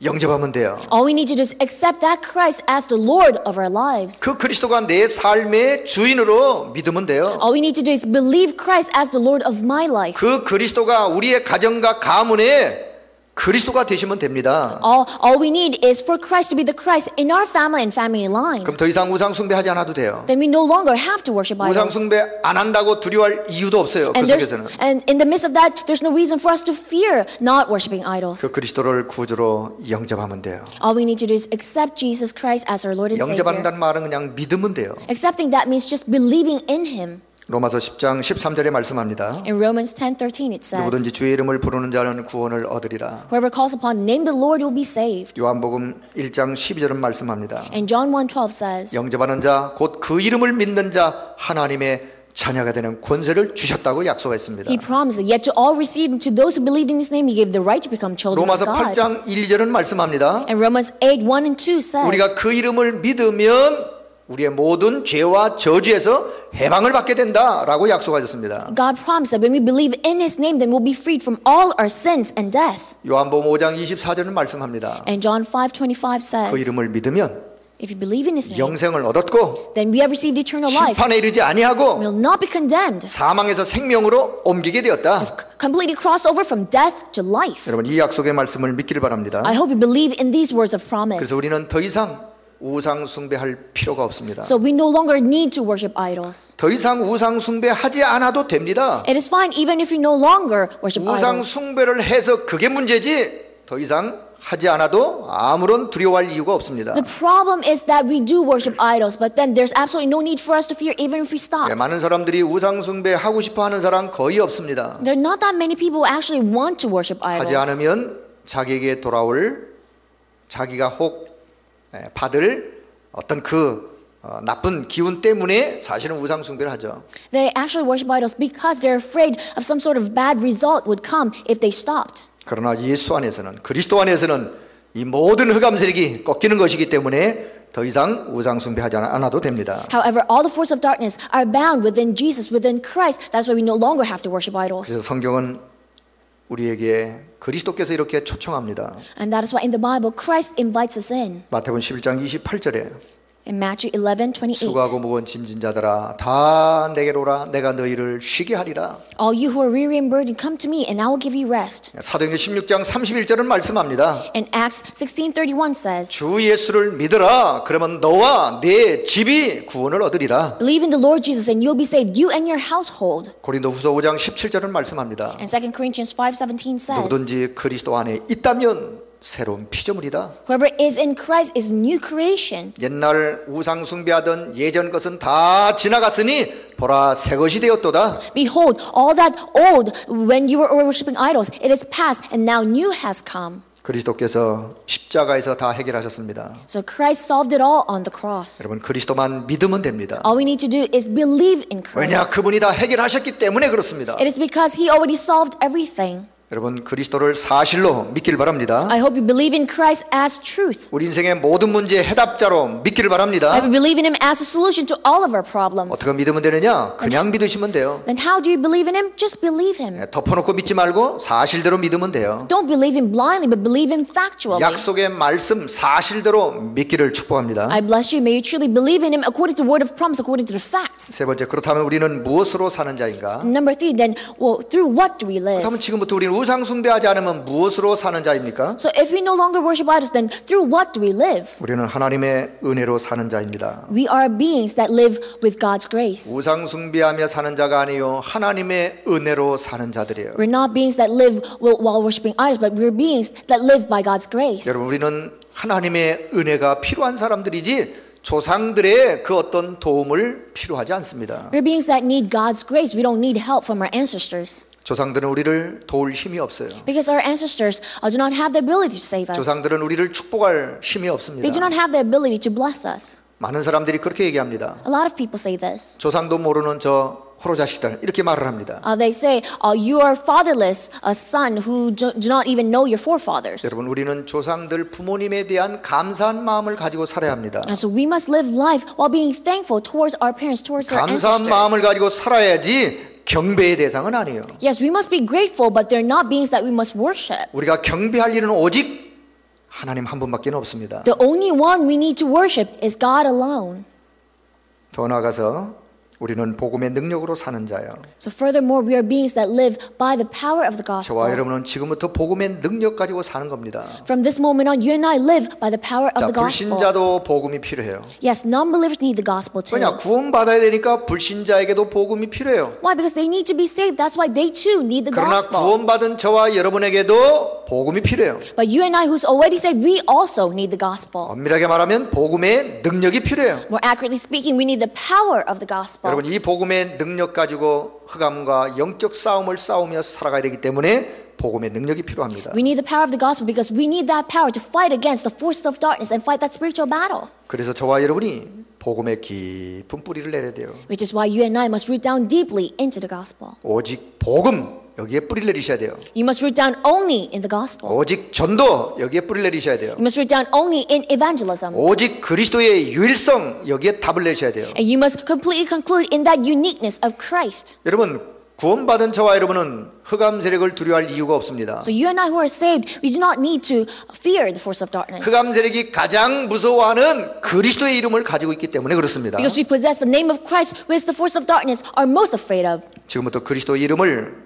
A: 영접하면 돼요.
B: All we need to do is accept that Christ as the Lord of our lives.
A: 그 그리스도가 내 삶의 주인으로 믿으면 돼요.
B: All we need to do is believe Christ as the Lord of my life.
A: 그 그리스도가 우리의 가정과 가문에 그리스도가 되시면 됩니다.
B: All, all we need is for Christ to be the Christ in our family and family line.
A: 그럼 더 이상 우상 숭배하지 않아도 돼요.
B: Then we no longer have to worship
A: 우상
B: idols.
A: 숭배 안 한다고 두려워할 이유도 없어요. 그
B: And, there's-
A: 속에서는
B: and in the midst of that, there's no reason for us to fear not worshiping idols.
A: 그 그리스도를 구주로 영접하면 돼요.
B: All we need to do is accept Jesus Christ as our Lord and Savior.
A: 영접한다는 말은 그냥 믿으면 돼요.
B: Accepting that means just believing in Him.
A: 로마서 10장 13절에 말씀합니다.
B: In Romans 10:13 it says,
A: 누구든지 주의 이름을 부르는 자는 구원을 얻으리라.
B: "Whoever calls upon the name of the Lord will be saved."
A: 요한복음 1장 12절은 말씀합니다.
B: And John 1:12 says,
A: 영접하는 자 곧 그 이름을 믿는 자 하나님의 자녀가 되는 권세를 주셨다고 약속했습니다.
B: He promised that yet to all receive and to those who believed in His name He gave the right to become children of
A: 로마서
B: God.
A: 8장 1, 2절은 말씀합니다.
B: And Romans 8:1 and 2
A: 우리가
B: says,
A: 그 이름을 믿으면 우리의 모든 죄와 저주에서 해방을 받게 된다라고 약속하셨습니다.
B: God promised that when we believe in His name, then we'll be freed from all our sins and death.
A: 요한복음 5장 24절은 말씀합니다.
B: And John 5:25
A: 그
B: says,
A: 이름을 믿으면
B: "If you believe in His name,
A: 영생을 얻었고
B: then we have received eternal 네. life,
A: 심판에 이르지 아니하고
B: will not be condemned,
A: 사망에서 생명으로 옮기게 되었다.
B: completely crossed over from death to life."
A: 여러분 이 약속의 말씀을 믿기를 바랍니다.
B: I hope you believe in these words of promise.
A: 그래서 우리는 더 이상 우상 숭배할 필요가 없습니다.
B: So we no longer need to worship idols.
A: 더 이상 우상 숭배하지 않아도 됩니다.
B: It is fine even if you no longer worship
A: 우상
B: idols.
A: 숭배를 해서 그게 문제지 더 이상 하지 않아도 아무런 두려워할 이유가 없습니다.
B: The problem is that we do worship idols, but then there's absolutely no need for us to fear even if we stop.
A: 예, 많은 사람들이 우상 숭배 하고 싶어 하는 사람 거의 없습니다.
B: There are not that many people who actually want to worship
A: 하지
B: idols.
A: 않으면 자기에게 돌아올 자기가 혹 예, 받을 어떤 그 어, 나쁜 기운 때문에 사실은 우상 숭배를 하죠.
B: They actually worship idols because they're afraid of some sort of bad result would come if they stopped.
A: 그러나 예수 안에서는 그리스도 안에서는 이 모든 흑암 세력이 꺾이는 것이기 때문에 더 이상 우상 숭배하지 않아도 됩니다.
B: However, all the force of darkness are bound within Jesus, within Christ. That's why we no longer have to worship idols.
A: 그래서 성경은 우리에게 그리스도께서 이렇게 초청합니다.
B: And that is why in the Bible, Christ invites us in.
A: 마태복음 11장 28절에
B: In Matthew 11, 28.
A: 수고하고 무거운 짐진 자들아 다 내게로 오라 내가 너희를 쉬게 하리라.
B: All you who are weary and burdened, come to me, and I will give you rest.
A: 사도행전 16장 31절은 말씀합니다.
B: And Acts 16:31 says,
A: 주 예수를 믿어라 그러면 너와 내 집이 구원을 얻으리라.
B: "Believe in the Lord Jesus, and you'll be saved, you and your household."
A: 고린도후서 5장 17절은 말씀합니다.
B: And 2 Corinthians 5:17 says,
A: 누구든지 그리스도 안에 있다면 새로운 피조물이다.
B: "Whoever is in Christ is new creation."
A: 옛날 우상 숭배하던 예전 것은 다 지나갔으니 보라 새 것이 되었도다.
B: Behold, all that old, when you were worshiping idols, it is past, and now new has come.
A: 그리스도께서 십자가에서 다 해결하셨습니다.
B: So Christ solved it all on the cross.
A: 여러분 그리스도만 믿으면 됩니다.
B: All we need to do is believe in
A: 왜냐
B: Christ.
A: 그분이 다 해결하셨기 때문에 그렇습니다.
B: It is because He already solved everything.
A: 여러분 그리스도를 사실로 믿기를 바랍니다.
B: I hope you believe in Christ as truth.
A: 우리 인생의 모든 문제의 해답자로 믿기를
B: I
A: 바랍니다.
B: believe in Him as a solution to all of our problems.
A: 어떻게 믿으면 되느냐? 그냥 믿으시면 돼요.
B: Then how do you believe in Him? Just believe Him.
A: 예, 덮어놓고 믿지 말고 사실대로 믿으면 돼요.
B: Don't believe Him blindly, but believe Him factually.
A: 약속의 말씀 사실대로 믿기를 축복합니다.
B: I bless you. May you truly believe in Him according to the word of promise, according to the facts.
A: 세 번째 그렇다면 우리는 무엇으로 사는 자인가?
B: Number three, then, well, through what do we live?
A: 그렇다면 지금부터 우리는 우상 숭배하지 않으면 무엇으로 사는 자입니까?
B: So if we no longer worship idols, then through what do we live?
A: 우리는 하나님의 은혜로 사는 자입니다.
B: We are beings that live with God's grace.
A: 우상 숭배하며 사는 자가 아니요 하나님의 은혜로 사는 자들이에요.
B: We're not beings that live wi- while worshiping idols, but we're beings that live by God's grace.
A: 여러분 우리는 하나님의 은혜가 필요한 사람들이지 조상들의 그 어떤 도움을 필요하지 않습니다.
B: We're beings that need God's grace. We don't need help from our ancestors
A: 조상들은 우리를 도울 힘이 없어요.
B: because our ancestors uh, do not have the ability to save us.
A: 조상들은 우리를 축복할 힘이
B: They do
A: 없습니다.
B: not have the ability to bless us.
A: 많은 사람들이 그렇게 얘기합니다.
B: A lot of people say this.
A: 조상도 모르는 저 호로자식들 이렇게 말을 합니다.
B: Uh, they say, uh, You are fatherless, a son who do, do not even know your forefathers.
A: 여러분 우리는 조상들 부모님에 대한 감사한 마음을 가지고 살아야 합니다.
B: And so we must live life while being thankful towards our parents, towards our
A: 감사한
B: ancestors.
A: 마음을 가지고 살아야지 경배의 대상은 아니에요.
B: Yes, we must be grateful, but they're not beings that we must worship.
A: 우리가 경배할 일은 오직 하나님 한 분밖에 없습니다.
B: The only one we need to worship is God alone.
A: 더 나아가서 우리는 복음의 능력으로 사는 자요.
B: So, furthermore, we are beings that live by the power of the
A: 저와
B: gospel.
A: 여러분은 지금부터 복음의 능력 가지고 사는 겁니다.
B: From this moment on, you and I live by the power of
A: 자,
B: the gospel.
A: 불신자도 복음이 필요해요.
B: Yes, non believers need the gospel
A: 그냥
B: too.
A: 구원받아야 되니까 불신자에게도 복음이 필요해요.
B: Why? Because they need to be saved. That's why they too need the
A: 그러나
B: gospel.
A: 구원받은 저와 여러분에게도 복음이 필요해요.
B: But you and I, who's already saved, we also need the gospel.
A: 엄밀하게 말하면 복음의 능력이 필요해요.
B: More accurately speaking, we need the power of the gospel.
A: 여러분 이 복음의 능력 가지고 흑암과 영적 싸움을 싸우며 살아가야 되기 때문에 복음의 능력이 필요합니다.
B: We need the power of the gospel because we need that power to fight against the forces of darkness and fight that spiritual battle.
A: 그래서 저와 여러분이 복음의 깊은 뿌리를 내려야 돼요.
B: Which is why you and I must root down deeply into the gospel.
A: 오직 복음 여기에 뿌리를 내리셔야 돼요.
B: You must root down only in the gospel.
A: 오직 전도 여기에 뿌리를 내리셔야 돼요.
B: You must root down only in evangelism.
A: 오직 그리스도의 유일성 여기에 답을 내셔야 돼요.
B: And you must completely conclude in that uniqueness of Christ.
A: 여러분 구원받은 저와 여러분은 흑암 세력을 두려워할 이유가 없습니다.
B: So you and I who are saved, we do not need to fear the force of darkness.
A: 흑암 세력이 가장 무서워하는 그리스도의 이름을 가지고 있기 때문에 그렇습니다.
B: Because we possess the name of Christ, which the force of darkness are most afraid of.
A: 지금부터 그리스도의 이름을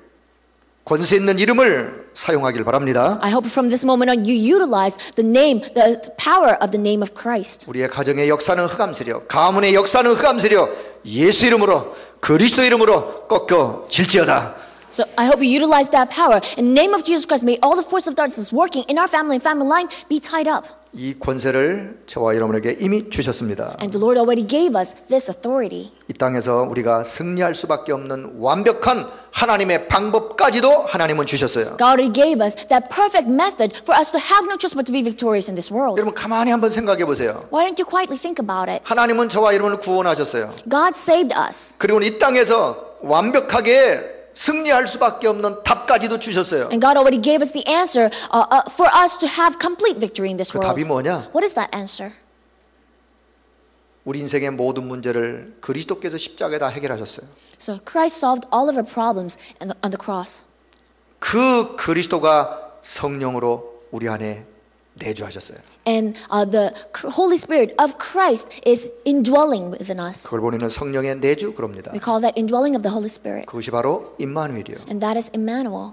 A: 권세 있는 이름을 사용하길 바랍니다.
B: I hope from this moment on you utilize the name, the power of the name of Christ.
A: 우리의 가정의 역사는 흑암 세력, 가문의 역사는 흑암 세력, 예수 이름으로 그리스도 이름으로 꺾여 질지어다.
B: So I hope you utilize that power. In the name of Jesus Christ, may all the force of darkness that's working in our family and family line be tied up.
A: 이 권세를 저와 여러분에게 이미 주셨습니다.
B: And the Lord already gave us this authority.
A: 이 땅에서 우리가 승리할 수밖에 없는 완벽한 하나님의 방법까지도 하나님은 주셨어요.
B: God already gave us that perfect method for us to have no choice but to be victorious in this world.
A: 여러분 가만히 한번 생각해 보세요.
B: Why don't you quietly think about it?
A: 하나님은 저와 여러분을 구원하셨어요.
B: God saved us,
A: 그리고 이 땅에서 완벽하게 승리할 수밖에 없는 답까지도 주셨어요.
B: and God already gave us the answer uh, uh, for us to have complete victory in this
A: 그 답이
B: world.
A: 뭐냐?
B: What is that answer?
A: 우리 인생의 모든 문제를 그리스도께서 십자가에 다 해결하셨어요.
B: So Christ solved all of our problems on the, on the cross.
A: 그 그리스도가 성령으로 우리 안에 내주하셨어요.
B: And uh, the C- Holy Spirit of Christ is indwelling within us.
A: 그걸 우리는 성령의 내주 그럽니다.
B: We call that indwelling of the Holy Spirit,
A: 그것이 바로 임마누엘이요.
B: and that is Emmanuel.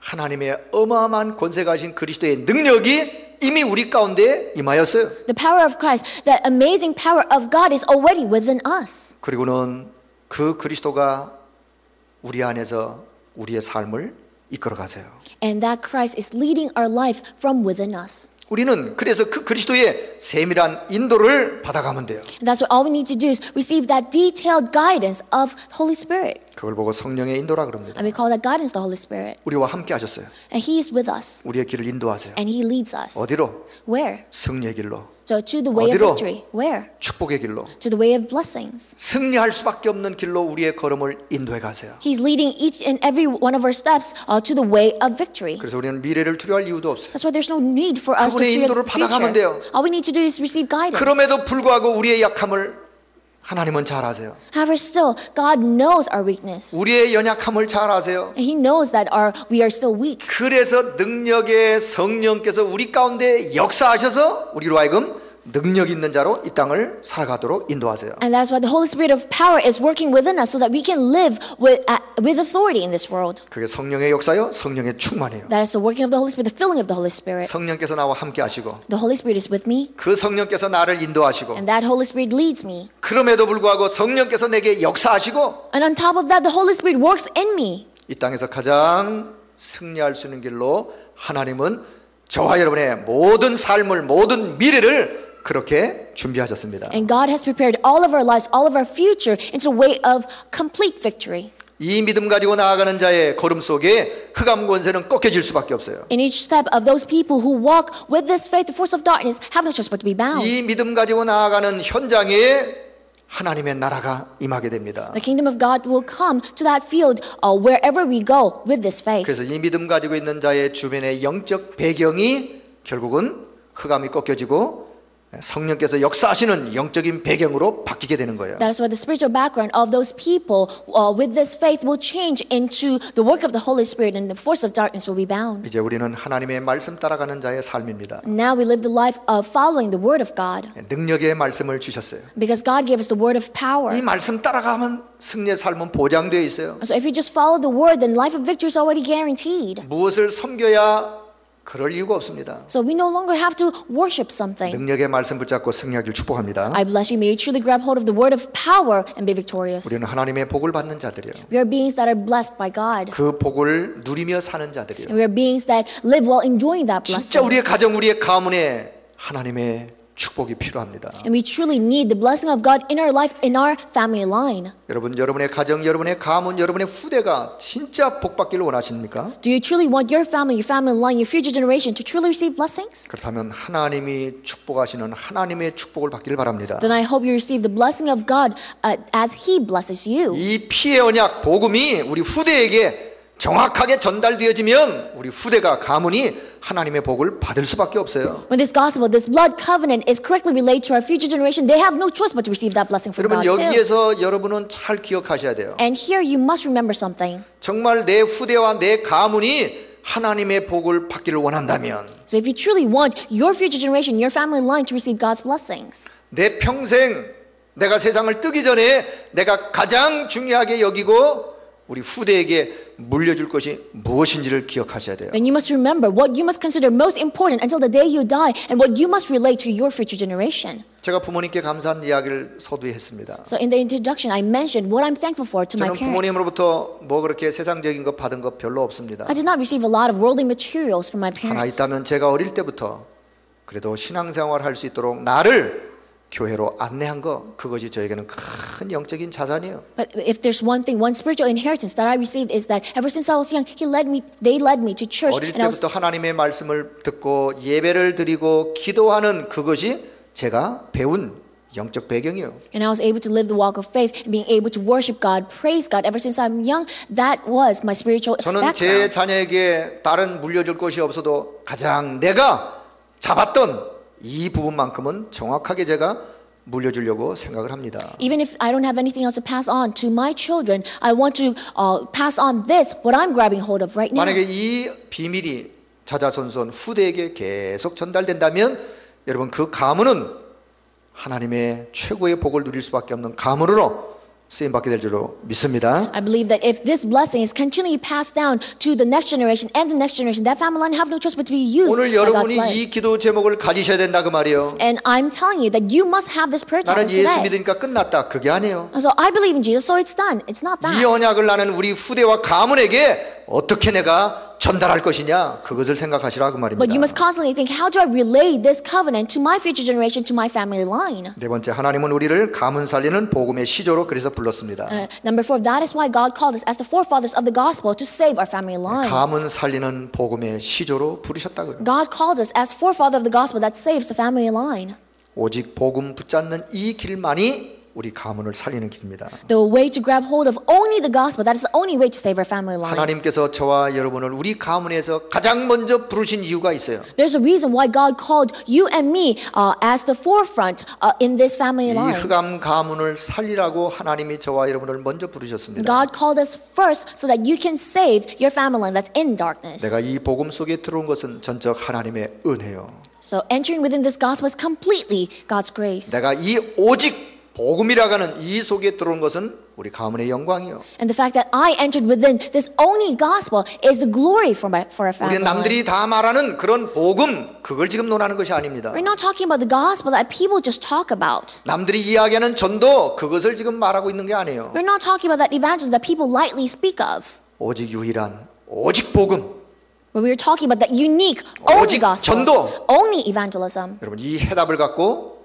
A: 하나님의 어마어마한 권세가 하신 그리스도의 능력이 이미 우리 가운데 임하였어요.
B: The power of Christ, that amazing power of God, is already within us.
A: 그리고는 그 그리스도가 우리 안에서 우리의 삶을 이끌어 가세요.
B: And that Christ is leading our life from within us.
A: 우리는 그래서 그 그리스도의 세밀한 인도를 받아가면 돼요.
B: And that's what all we need to do is receive that detailed guidance of Holy Spirit.
A: 그걸 보고 성령의 인도라 그럽니다.
B: And we call that guidance the Holy Spirit.
A: 우리와 함께 하셨어요.
B: And He is with us.
A: 우리의 길을 인도하세요.
B: And He leads us.
A: 어디로?
B: Where?
A: 승리의 길로,
B: So to the way of
A: 어디로?
B: victory. Where?
A: 축복의 길로,
B: To the way of blessings.
A: 승리할 수밖에 없는 길로 우리의 걸음을 인도해 가세요.
B: He's leading each and every one of our steps uh, to the way of victory.
A: 그래서 우리는 미래를 두려워할 이유도 없어요.
B: That's why there's no need for us to
A: 그분의
B: fear
A: 인도를
B: the
A: 받아가면 돼요.
B: future. All we need to do is receive guidance.
A: 그럼에도 불구하고 우리의 약함을 하나님은 잘 아세요.
B: However, still, God knows our weakness,
A: 우리의 연약함을 잘 아세요.
B: and He knows that our we are still weak.
A: 그래서 능력의 성령께서 우리 가운데 역사하셔서 우리로 하여금 능력 있는 자로 이 땅을 살아가도록 인도하세요.
B: And that's why the Holy Spirit of power is working within us so that we can live with, uh, with authority in this world.
A: 그게 성령의 역사요, 성령의 충만이에요.
B: That is the working of the Holy Spirit, the filling of the Holy Spirit.
A: 성령께서 나와 함께 하시고
B: The Holy Spirit is with me,
A: 그 성령께서 나를 인도하시고
B: and that Holy Spirit leads me.
A: 그럼에도 불구하고 성령께서 내게 역사하시고
B: And on top of that, the Holy Spirit works in me.
A: 이 땅에서 가장 승리할 수 있는 길로 하나님은 저와 여러분의 모든 삶을 모든 미래를 그렇게 준비하셨습니다.
B: And God has prepared all of our lives, all of our future into a way of complete victory.
A: 이 믿음 가지고 나아가는 자의 걸음 속에 흑암 권세는 꺾여질 수밖에 없어요.
B: In each step of those people who walk with this faith, the force of darkness have no choice but to be bound.
A: 이 믿음 가지고 나아가는 현장에 하나님의 나라가 임하게 됩니다.
B: The kingdom of God will come to that field uh, wherever we go with this faith.
A: 그래서 이 믿음 가지고 있는 자의 주변의 영적 배경이 결국은 흑암이 꺾여지고 성령께서 역사하시는 영적인 배경으로 바뀌게 되는 거예요.
B: That is why the spiritual background of those people uh, with this faith will change into the work of the Holy Spirit and the force of darkness will be bound.
A: 이제 우리는 하나님의 말씀 따라가는 자의 삶입니다.
B: Now we live the life of following the word of God
A: 능력의 말씀을 주셨어요.
B: because God gave us the word
A: 이
B: of power.
A: 말씀 따라가면 승리의 삶은 보장되어 있어요.
B: So if you just follow the word, then life of victory is already guaranteed.
A: 무엇을 섬겨야 그럴 이유가 없습니다.
B: So we no longer have to worship something.
A: 능력의 말씀 붙잡고 승리하길 축복합니다.
B: I bless you. May you truly grab hold of the word of power and be victorious.
A: 우리는 하나님의 복을 받는 자들이에요.
B: We are beings that are blessed by God.
A: 그 복을 누리며 사는 자들이에요.
B: And we are beings that live while enjoying that
A: 진짜
B: blessing.
A: 우리의 가정, 우리의 가문에 하나님의 축복이 필요합니다.
B: And we truly need the blessing of God in our life, in our family line.
A: 여러분, 여러분의 가정, 여러분의 가문, 여러분의 후대가 진짜 복받기를 원하십니까?
B: Do you truly want your family, your family line, your future generation to truly receive blessings?
A: 그렇다면 하나님이 축복하시는 하나님의 축복을 받기를 바랍니다.
B: Then I hope you receive the blessing of God uh, as He blesses you.
A: 이 피의 언약 복음이 우리 후대에게 정확하게 전달되어지면 우리 후대가 가문이 하나님의 복을 받을 수밖에 없어요.
B: When this gospel, this blood covenant is correctly relayed to our future generation, they have no choice but to receive that blessing from
A: 여러분
B: God too.
A: 여기에서 여러분은 잘 기억하셔야 돼요.
B: And here you must remember something.
A: 정말 내 후대와 내 가문이 하나님의 복을 받기를 원한다면
B: So if you truly want your future generation, your family line to receive God's blessings,
A: 내 평생 내가 세상을 뜨기 전에 내가 가장 중요하게 여기고 우리 후대에게 물려줄 것이 무엇인지를 기억하셔야 돼요.
B: then you must remember what you must consider most important until the day you die and what you must relate to your future generation.
A: 제가 부모님께 감사한 이야기를 서두에 했습니다.
B: So in the introduction, I mentioned what I'm thankful for to my
A: 저는
B: parents.
A: 부모님으로부터 뭐 그렇게 세상적인 것 받은 것 별로 없습니다.
B: I did not receive a lot of worldly materials from my
A: 하나
B: parents.
A: 있다면 제가 어릴 때부터 그래도 신앙생활 할 수 있도록 나를 교회로 안내한 것 그것이 저에게는 큰 영적인 자산이에요.
B: But if there's one thing, one spiritual inheritance that I received is that ever since I was young, he led me, they led me to church,
A: 어릴
B: and I was
A: 때부터 하나님의 말씀을 듣고 예배를 드리고 기도하는 그것이 제가 배운 영적 배경이에요.
B: and I was able to live the walk of faith and being able to worship God, praise God. Ever since I'm young, that was my spiritual
A: 저는 제
B: background.
A: 자녀에게 다른 물려줄 것이 없어도 가장 내가 잡았던 이 부분만큼은 정확하게 제가 물려주려고 생각을 합니다.
B: Even if I don't have anything else to pass on to my children, I want to uh, pass on this, what I'm grabbing hold of right now.
A: 만약에 이 비밀이 자자손손 후대에게 계속 전달된다면 여러분 그 가문은 하나님의 최고의 복을 누릴 수밖에 없는 가문으로 쓰임 받게 될 줄로 믿습니다.
B: I believe that if this blessing is continually passed down to the next generation and the next generation, that family line have no choice but to be used
A: 오늘
B: by God's
A: 여러분이
B: blood.
A: 이 기도 제목을 가지셔야 된다 그 말이에요.
B: And I'm telling you that you must have this prayer time
A: 나는 예수
B: today.
A: 믿으니까 끝났다 그게 아니에요.
B: So I believe in Jesus, so it's done. It's not
A: 이
B: that.
A: 언약을 나는 우리 후대와 가문에게 어떻게 내가 전달할 것이냐 그것을 생각하시라 그
B: But you must
A: 말입니다.
B: constantly think, how do I relay this covenant to my future generation, to my family line?
A: 네 번째 하나님은 우리를 가문 살리는 복음의 시조로 그래서 불렀습니다.
B: Uh, number four, that is why God called us as the forefathers of the gospel to save our family line.
A: 가문 살리는 복음의 시조로 부르셨다고요.
B: God called us as forefather of the gospel that saves the family line.
A: 오직 복음 붙잡는 이 길만이 우리 가문을 살리는 길입니다.
B: The way to grab hold of only the gospel, that is the only way to save our family line.
A: 하나님께서 저와 여러분을 우리 가문에서 가장 먼저 부르신 이유가 있어요.
B: There's a reason why God called you and me uh, as the forefront uh, in this family
A: 이
B: line.
A: 흑암 가문을 살리라고 하나님이 저와 여러분을 먼저 부르셨습니다.
B: God called us first so that you can save your family line that's in darkness.
A: 내가 이 복음 속에 들어온 것은 전적 하나님의 은혜요.
B: So entering within this gospel is completely God's grace.
A: 내가 이 오직 복음이라고 하는 이 속에 들어온 것은 우리 가문의 영광이요.
B: And the fact that I entered within this only gospel is the glory for my for our family.
A: 우리
B: line.
A: 남들이 다 말하는 그런 복음 그걸 지금 논하는 것이 아닙니다.
B: We're not talking about the gospel that people just talk about.
A: 남들이 이야기하는 전도 그것을 지금 말하고 있는 게 아니에요.
B: We're not talking about that evangelism that people lightly speak of.
A: 오직 유일한 오직 복음.
B: But we are talking about that unique only
A: 오직
B: gospel,
A: 전도.
B: only evangelism.
A: 여러분 이 해답을 갖고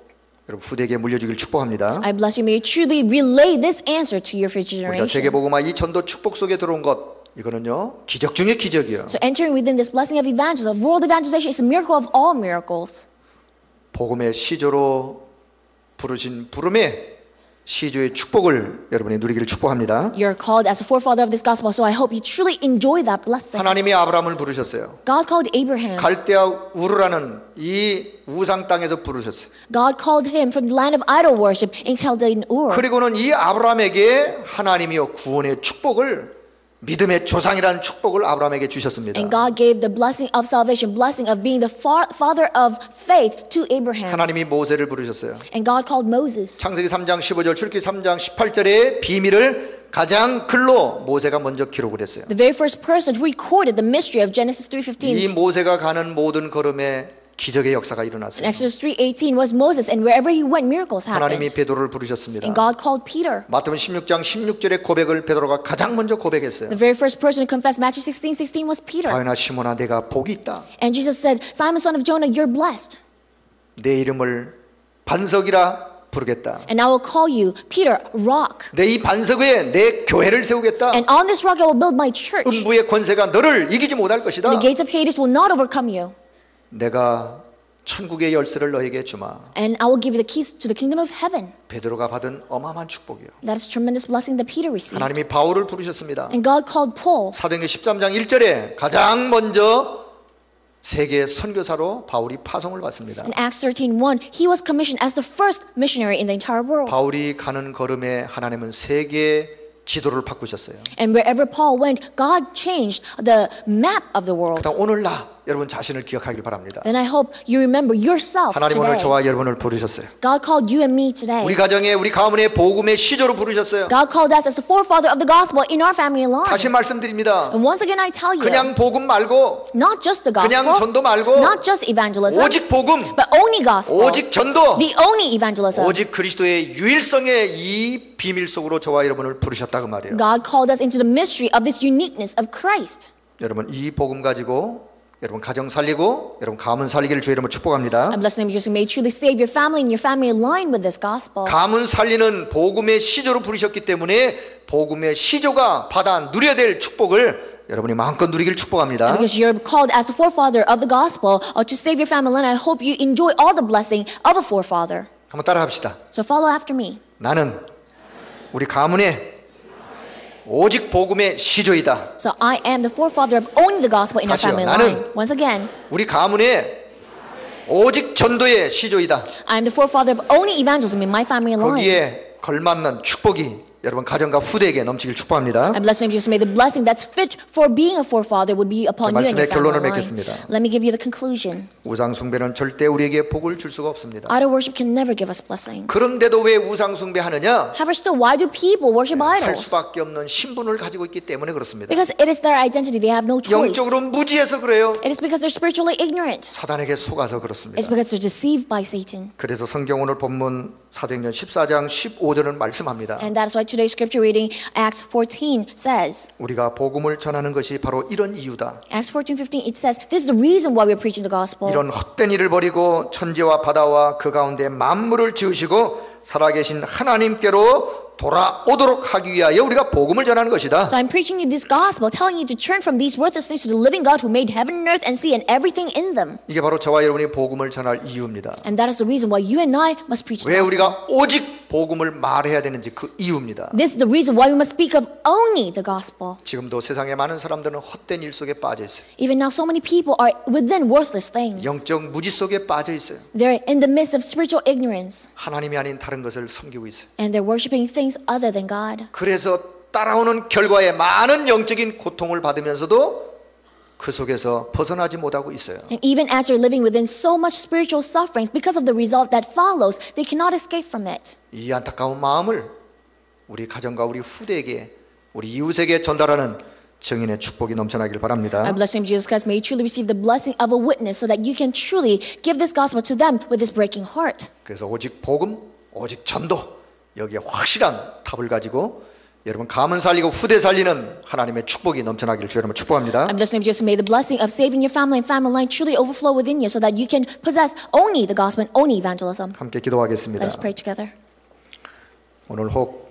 A: 여러분 후대에게 물려주길 축복합니다.
B: I bless you. May you truly relay this answer to your future
A: 우리가 세계
B: generation.
A: 복음화 이 전도 축복 속에 들어온 것 이거는요 기적 중의 기적이에요.
B: So entering within this blessing of evangelism, of world evangelization is a miracle of all miracles.
A: 복음의 시조로 부르신 부름에 시주의 축복을 여러분이 누리기를 축복합니다.
B: You're called as a forefather of this gospel, so I hope you truly enjoy that blessing.
A: 하나님이 아브라함을 부르셨어요.
B: God called Abraham.
A: 갈대아 우르라는 이 우상 땅에서 부르셨어요.
B: God called him from the land of idol worship in Chaldean Ur.
A: 그리고는 이 아브라함에게 하나님이요 구원의 축복을 믿음의 조상이라는 축복을 아브라함에게 주셨습니다.
B: And God gave the blessing of salvation, blessing of being the fa- father of faith to Abraham.
A: 하나님이 모세를 부르셨어요.
B: And God called Moses.
A: 창세기 3장 15절, 출애기 3장 18절의 비밀을 가장 글로 모세가 먼저 기록을 했어요.
B: The very first person who recorded the mystery of Genesis
A: 이
B: 3:15
A: 모세가 가는 모든 걸음에 기적의 역사가
B: and
A: 일어났어요.
B: Exodus 3:18 was Moses, and wherever he went, miracles
A: 하나님이
B: happened.
A: 베드로를 부르셨습니다.
B: And God called Peter.
A: 마태복음 16장 16절의 고백을 베드로가 가장 먼저 고백했어요.
B: The very first person to confess Matthew 16:16 was Peter.
A: 바요나 시몬아 내가 복이 있다.
B: And Jesus said, "Simon son of Jonah, you're blessed,
A: 내 이름을 반석이라 부르겠다.
B: and I will call you Peter, rock.
A: 내 이 반석 위에 내 교회를 세우겠다.
B: And on this rock I will build my church.
A: 음부의 권세가 너를 이기지 못할 것이다.
B: The gates of Hades will not overcome you,
A: 내가 천국의 열쇠를 너에게 주마.
B: and I will give you the keys to the kingdom of heaven."
A: 베드로가 받은 어마어마한 축복이요.
B: That is a tremendous blessing that Peter received.
A: 하나님이 바울을 부르셨습니다.
B: And God called Paul.
A: 사도행전 13장 1절에 가장 먼저 세계 선교사로 바울이 파송을 받습니다.
B: In Acts 13:1, he was commissioned as the first missionary in the entire world.
A: 바울이 가는 걸음에 하나님은 세계 지도를 바꾸셨어요.
B: And wherever Paul went, God changed the map of the world.
A: 그다음 오늘 나 여러분 자신을 기억하길 바랍니다.
B: Then I hope you remember yourself
A: 하나님 오늘
B: today.
A: 저와 여러분을 부르셨어요.
B: God called you and me
A: 우리
B: today.
A: 가정에 우리 가문의 복음의 시조로 부르셨어요.
B: God called us as the forefather of the gospel in our family line.
A: 다시 말씀드립니다.
B: And once again, I tell you,
A: 그냥 복음 말고
B: not just the
A: 그냥
B: gospel,
A: 전도 말고
B: not just evangelism,
A: 오직 복음,
B: but only gospel,
A: 오직 전도,
B: the only evangelism.
A: 오직 그리스도의 유일성의 이 비밀 속으로 저와 여러분을 부르셨다 그 말이에요.
B: God called us into the mystery of this uniqueness of Christ.
A: 여러분 이 복음 가지고 여러분 가정 살리고 여러분 가문 살리기를 주의 이름으로 축복합니다.
B: I'm blessing you because you may truly save your family and your family align with this gospel.
A: 가문 살리는 복음의 시조로 부르셨기 때문에 복음의 시조가 받아 누려야 될 축복을 여러분이 마음껏 누리길 축복합니다.
B: Because you're called as the forefather of the gospel uh, to save your family line. I hope you enjoy all the blessing of a forefather.
A: 한번 따라합시다.
B: So follow after me.
A: 나는 우리 가문의 오직 복음의 시조이다.
B: So I am the forefather of only the gospel in our
A: 다시요.
B: family
A: 나는-
B: line. Once again,
A: 우리 가문의 오직 전도의 시조이다.
B: I'm the forefather of only evangelism in my family line.
A: 거기에 걸맞는 축복이 여러분 가정과 후대에게 넘치길 축복합니다.
B: I bless you Jesus. May the blessing that's fit for being a forefather would be upon
A: 자,
B: you and your
A: 말씀의 결론을
B: family line.
A: 맺겠습니다.
B: Let me give you the conclusion.
A: 우상 숭배는 절대 우리에게 복을 줄 수가 없습니다.
B: Idol worship can never give us blessings.
A: 그런데도 왜 우상 숭배하느냐?
B: However, still, why do people worship
A: 할
B: idols?
A: 수밖에 없는 신분을 가지고 있기 때문에 그렇습니다.
B: Because it is their identity. They have no choice.
A: 영적으로 무지해서 그래요.
B: It is because they're spiritually ignorant.
A: 사단에게 속아서
B: It's
A: 그렇습니다.
B: because they're deceived by Satan.
A: 그래서 성경 오늘 본문 사도행전 14장 15절은 말씀합니다.
B: And that's why today's scripture reading, Acts 14, says,
A: 우리가 복음을 전하는 것이 바로 이런 이유다.
B: Acts 14, 15, it says, this is the reason why we're preaching the gospel.
A: 이런 헛된 일을 버리고 천지와 바다와 그 가운데 만물을 지으시고 살아계신 하나님께로 돌아오도록 하기 위하여 우리가 복음을 전하는 것이다.
B: So I'm preaching you this gospel, telling you to turn from these worthless things to the living God who made heaven and earth and sea and everything in them.
A: 이게 바로 저와 여러분이 복음을 전할 이유입니다.
B: And that is the reason why you and I must preach the
A: 왜
B: gospel.
A: 우리가 오직 복음을 말해야 되는지 그 이유입니다.
B: This is the reason why we must speak of only the gospel.
A: 지금도 세상의 많은 사람들은 헛된 일 속에 빠져 있어요.
B: Even now, so many people are within worthless things.
A: 영적 무지 속에 빠져 있어요.
B: They're in the midst of spiritual ignorance
A: 하나님이 아닌 다른 것을 섬기고 있어요.
B: and they're worshiping things other than God.
A: 그래서 따라오는 결과에 많은 영적인 고통을 받으면서도 그 속에서 벗어나지 못하고 있어요.
B: And even as they're living within so much spiritual sufferings because of the result that follows, they cannot escape from it.
A: 이 안타까운 마음을 우리 가정과 우리 후대에게 우리 이웃에게 전달하는 증인의 축복이 넘쳐나길
B: I
A: 바랍니다.
B: bless you, Jesus Christ. May you truly receive the blessing of a witness so that you can truly give this gospel to them with this breaking heart.
A: 그래서 오직 복음, 오직 전도 여기에 확실한 답을 가지고 여러분 가문 살리고 후대 살리는 하나님의 축복이 넘쳐나길 주 여러분 축복합니다.
B: I'm just name Jesus. May the blessing of saving your family and family line truly overflow within you so that you can possess only the gospel and only evangelism.
A: 함께
B: Let
A: 기도하겠습니다.
B: us pray together.
A: 오늘 혹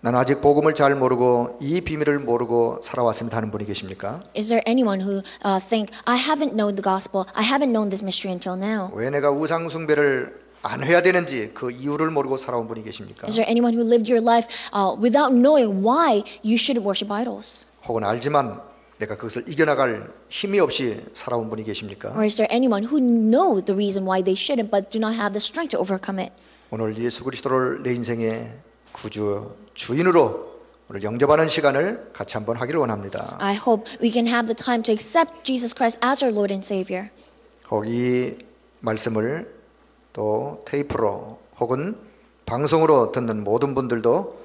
A: 나는 아직 복음을 잘 모르고 이 비밀을 모르고 살아왔습니다 하는 분이 계십니까?
B: Is there anyone who uh, think I haven't known the gospel? I haven't known this mystery until now.
A: 왜 내가 우상 숭배를 안 해야 되는지 그 이유를 모르고 살아온 분이 계십니까?
B: Is there anyone who lived your life uh, without knowing why you should worship idols?
A: 혹은 알지만 내가 그것을 이겨나갈 힘이 없이 살아온 분이 계십니까?
B: Or is there anyone who know the reason why they shouldn't but do not have the strength to overcome it?
A: 오늘 예수 그리스도를 내 인생의 구주 주인으로 오늘 영접하는 시간을 같이 한번 하기를 원합니다.
B: I hope we can have the time to accept Jesus Christ as our Lord and Savior.
A: 혹이 말씀을 또 테이프로 혹은 방송으로 듣는 모든 분들도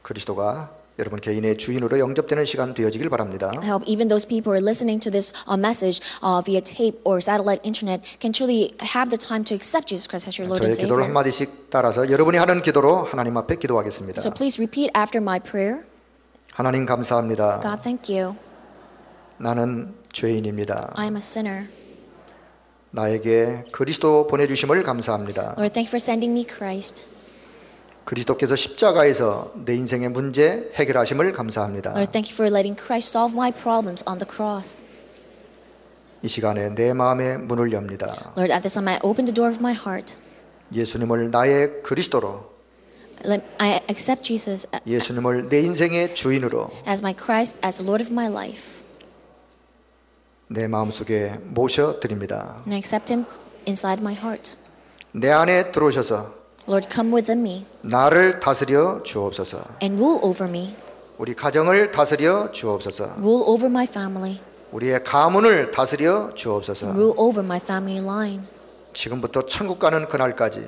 A: 그리스도가 여러분 개인의 주인으로 영접되는 시간 되어지길 바랍니다.
B: I hope even those people who are listening to this uh, message uh, via tape or satellite internet can truly have the time to accept Jesus Christ as your Lord
A: 저의
B: and
A: 기도를
B: Savior.
A: 한마디씩 따라서 여러분이 하는 기도로 하나님 앞에 기도하겠습니다.
B: So please repeat after my prayer.
A: 하나님 감사합니다.
B: God, thank you.
A: 나는 죄인입니다.
B: I am a sinner.
A: 나에게 그리스도 보내주심을 감사합니다.
B: Lord, thank you for sending me Christ.
A: 그리스도께서 십자가에서 내 인생의 문제 해결하심을 감사합니다.
B: Lord, thank you for letting Christ solve my problems on the cross.
A: 이 시간에 내 마음의 문을 엽니다.
B: Lord, at this time I open the door of my heart.
A: 예수님을 나의 그리스도로,
B: Let, I accept Jesus a-
A: 예수님을 내 인생의 주인으로
B: as my Christ, as the Lord of my life,
A: 내 마음속에 모셔 드립니다.
B: and I accept Him inside my heart.
A: 내 안에 들어오셔서
B: Lord, come within me
A: 나를 다스려 주옵소서.
B: and rule over me,
A: 우리 가정을 다스려 주옵소서.
B: rule over my family,
A: 우리의 가문을 다스려 주옵소서.
B: rule over my family line
A: 지금부터 천국 가는 그날까지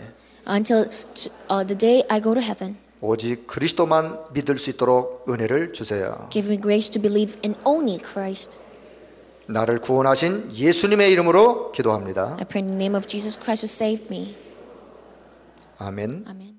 B: until t- uh, the day I go to heaven.
A: 오직 그리스도만 믿을 수 있도록 은혜를 주세요.
B: Give me grace to believe in only Christ.
A: 나를 구원하신 예수님의 이름으로 기도합니다.
B: 네. I pray in the name of Jesus Christ who saved me.
A: 아멘.
B: Amen.